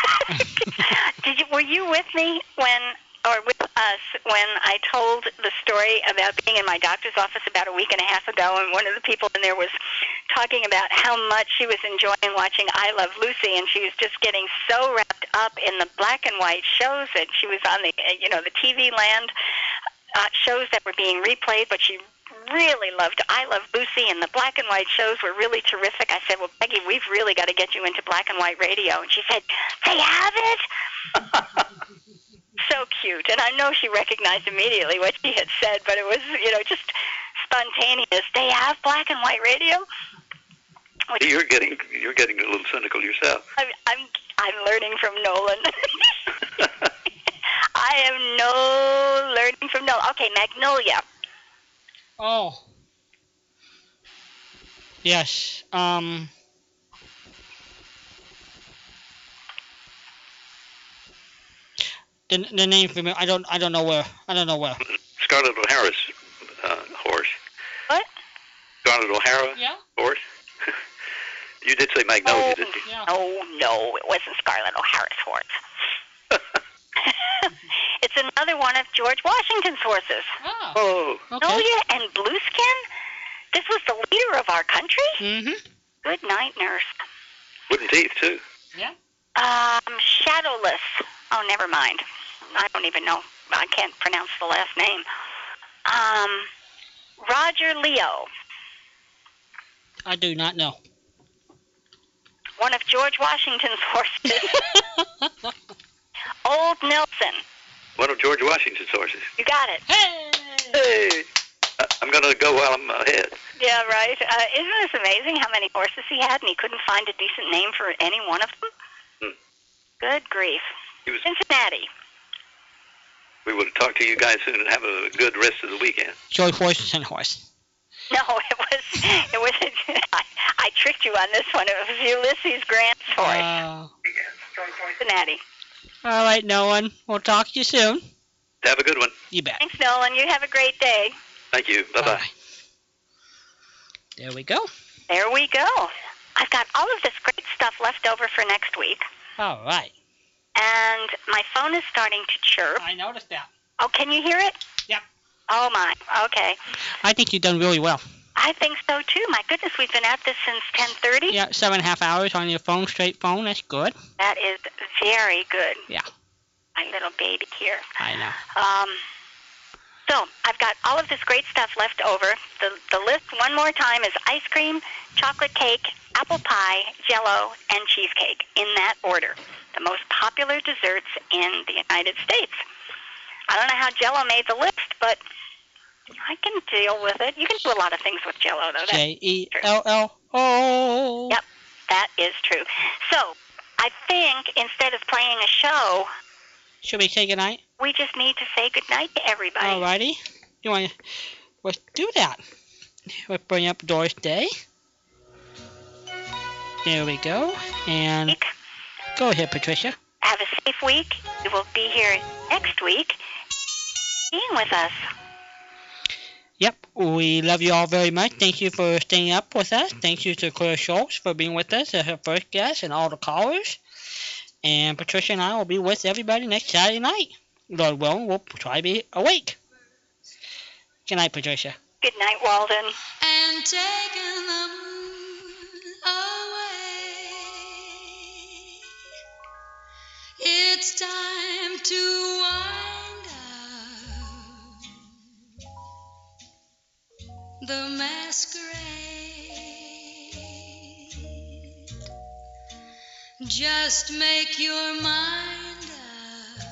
Did you? Were you with me when, or with us when I told the story about being in my doctor's office about a week and a half ago, and one of the people in there was talking about how much she was enjoying watching I Love Lucy, and she was just getting so wrapped up in the black and white shows that she was on the, uh, you know, the TV land uh, shows that were being replayed, but she really loved I Love Lucy, and the black and white shows were really terrific. I said, Well, Peggy, we've really got to get you into black and white radio. And she said, They have it? so cute. And I know she recognized immediately what she had said, but it was, you know, just spontaneous. They have black and white radio? Which
You're getting you're getting a little cynical yourself.
I'm, I'm, I'm learning from Nolan. I am no learning from Nolan. Okay, Magnolia.
Oh. Yes. Um. The, the name for me, I don't I don't know where I don't know where.
Scarlett O'Hara's uh, horse.
What?
Scarlett O'Hara
Yeah.
horse. you did say Magnolia,
Oh,
didn't you?
Yeah.
No, no, it wasn't Scarlett O'Hara's horse. it's another one of George Washington's horses.
Oh.
oh,
Okay.
Magnolia and Blueskin? This was the leader of our country?
Mhm.
Good night, nurse.
wooden teeth too.
Um, Shadowless. Oh, never mind. I don't even know. I can't pronounce the last name. Um, Roger Leo,
I do not know.
one of George Washington's horses. Old Nelson.
One of George Washington's horses.
You got it.
hey.
Hey, I- I'm gonna go while I'm ahead.
Yeah, right. Uh, isn't this amazing how many horses he had and he couldn't find a decent name for any one of them?
Hmm.
Good grief.
He was.
Cincinnati.
We will talk to you guys soon and have a good rest of the weekend.
George Washington horse.
No, it was it was I, I tricked you on this one. It was Ulysses Grant's horse.
Uh,
Cincinnati.
all right, Nolan. We'll talk to you soon.
Have a good one.
You bet.
Thanks, Nolan. You have a great day.
Thank you. Bye bye.
There we go.
There we go. I I've got all of this great stuff left over for next week,
All right.
and my phone is starting to chirp.
I noticed that.
Oh, can you hear it?
Yep.
Oh, my. Okay.
I think you've done really well.
I think so, too. My goodness, we've been at this since 1030.
Yeah, seven and a half hours on your phone, straight phone. That's good.
That is very good.
Yeah.
My little baby here.
I know.
Um, so I've got all of this great stuff left over. The, the list, one more time, is ice cream, chocolate cake, apple pie, jello, and cheesecake in that order. The most popular desserts in the United States. I don't know how jello made the list, but I can deal with it. You can do a lot of things with jello, though. That,
J E L L O.
Yep. that is true. So I think instead of playing a show,
Should we say goodnight?
we just need to say goodnight to everybody.
Alrighty. You want to? Let's do that. Let's bring up Doris Day. There we go. And
Nick?
go ahead, Patricia.
Have a safe week. We will be here next week being with us.
Yep, we love you all very much. Thank you for staying up with us. Thank you to Claire Schultz for being with us as her first guest and all the callers. And Patricia and I will be with everybody next Saturday night. Lord willing, we'll try to be awake. Good night, Patricia.
Good night, Walden.
and taken them away. It's time to wind up the masquerade. Just make your mind up.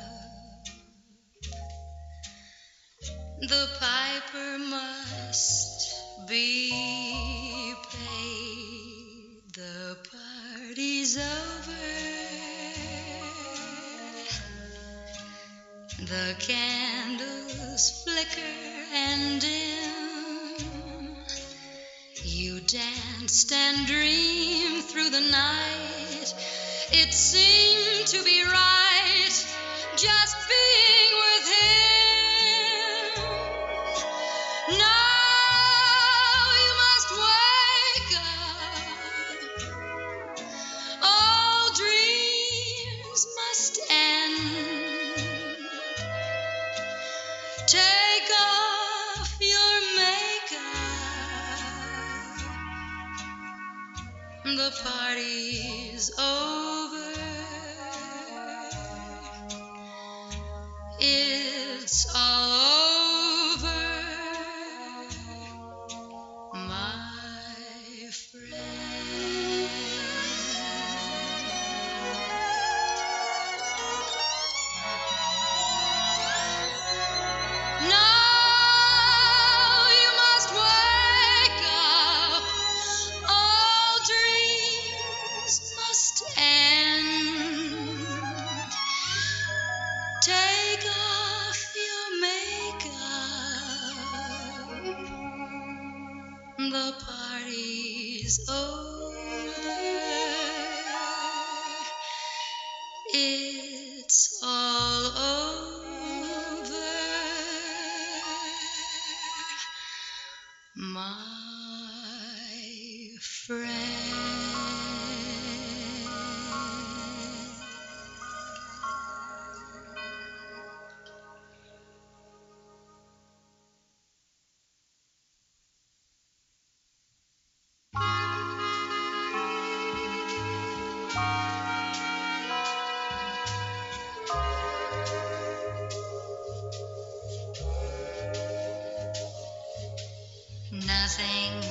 The piper must be paid. The party's over. The candles flicker and dim. You danced and dreamed through the night. It seemed to be right just being with him. Now you must wake up. All dreams must end. Take off your makeup. The party's over. It's all over, my friend. Now you must wake up. All dreams must end. Take off your makeup. The party's over. It's all over, my friend. Nothing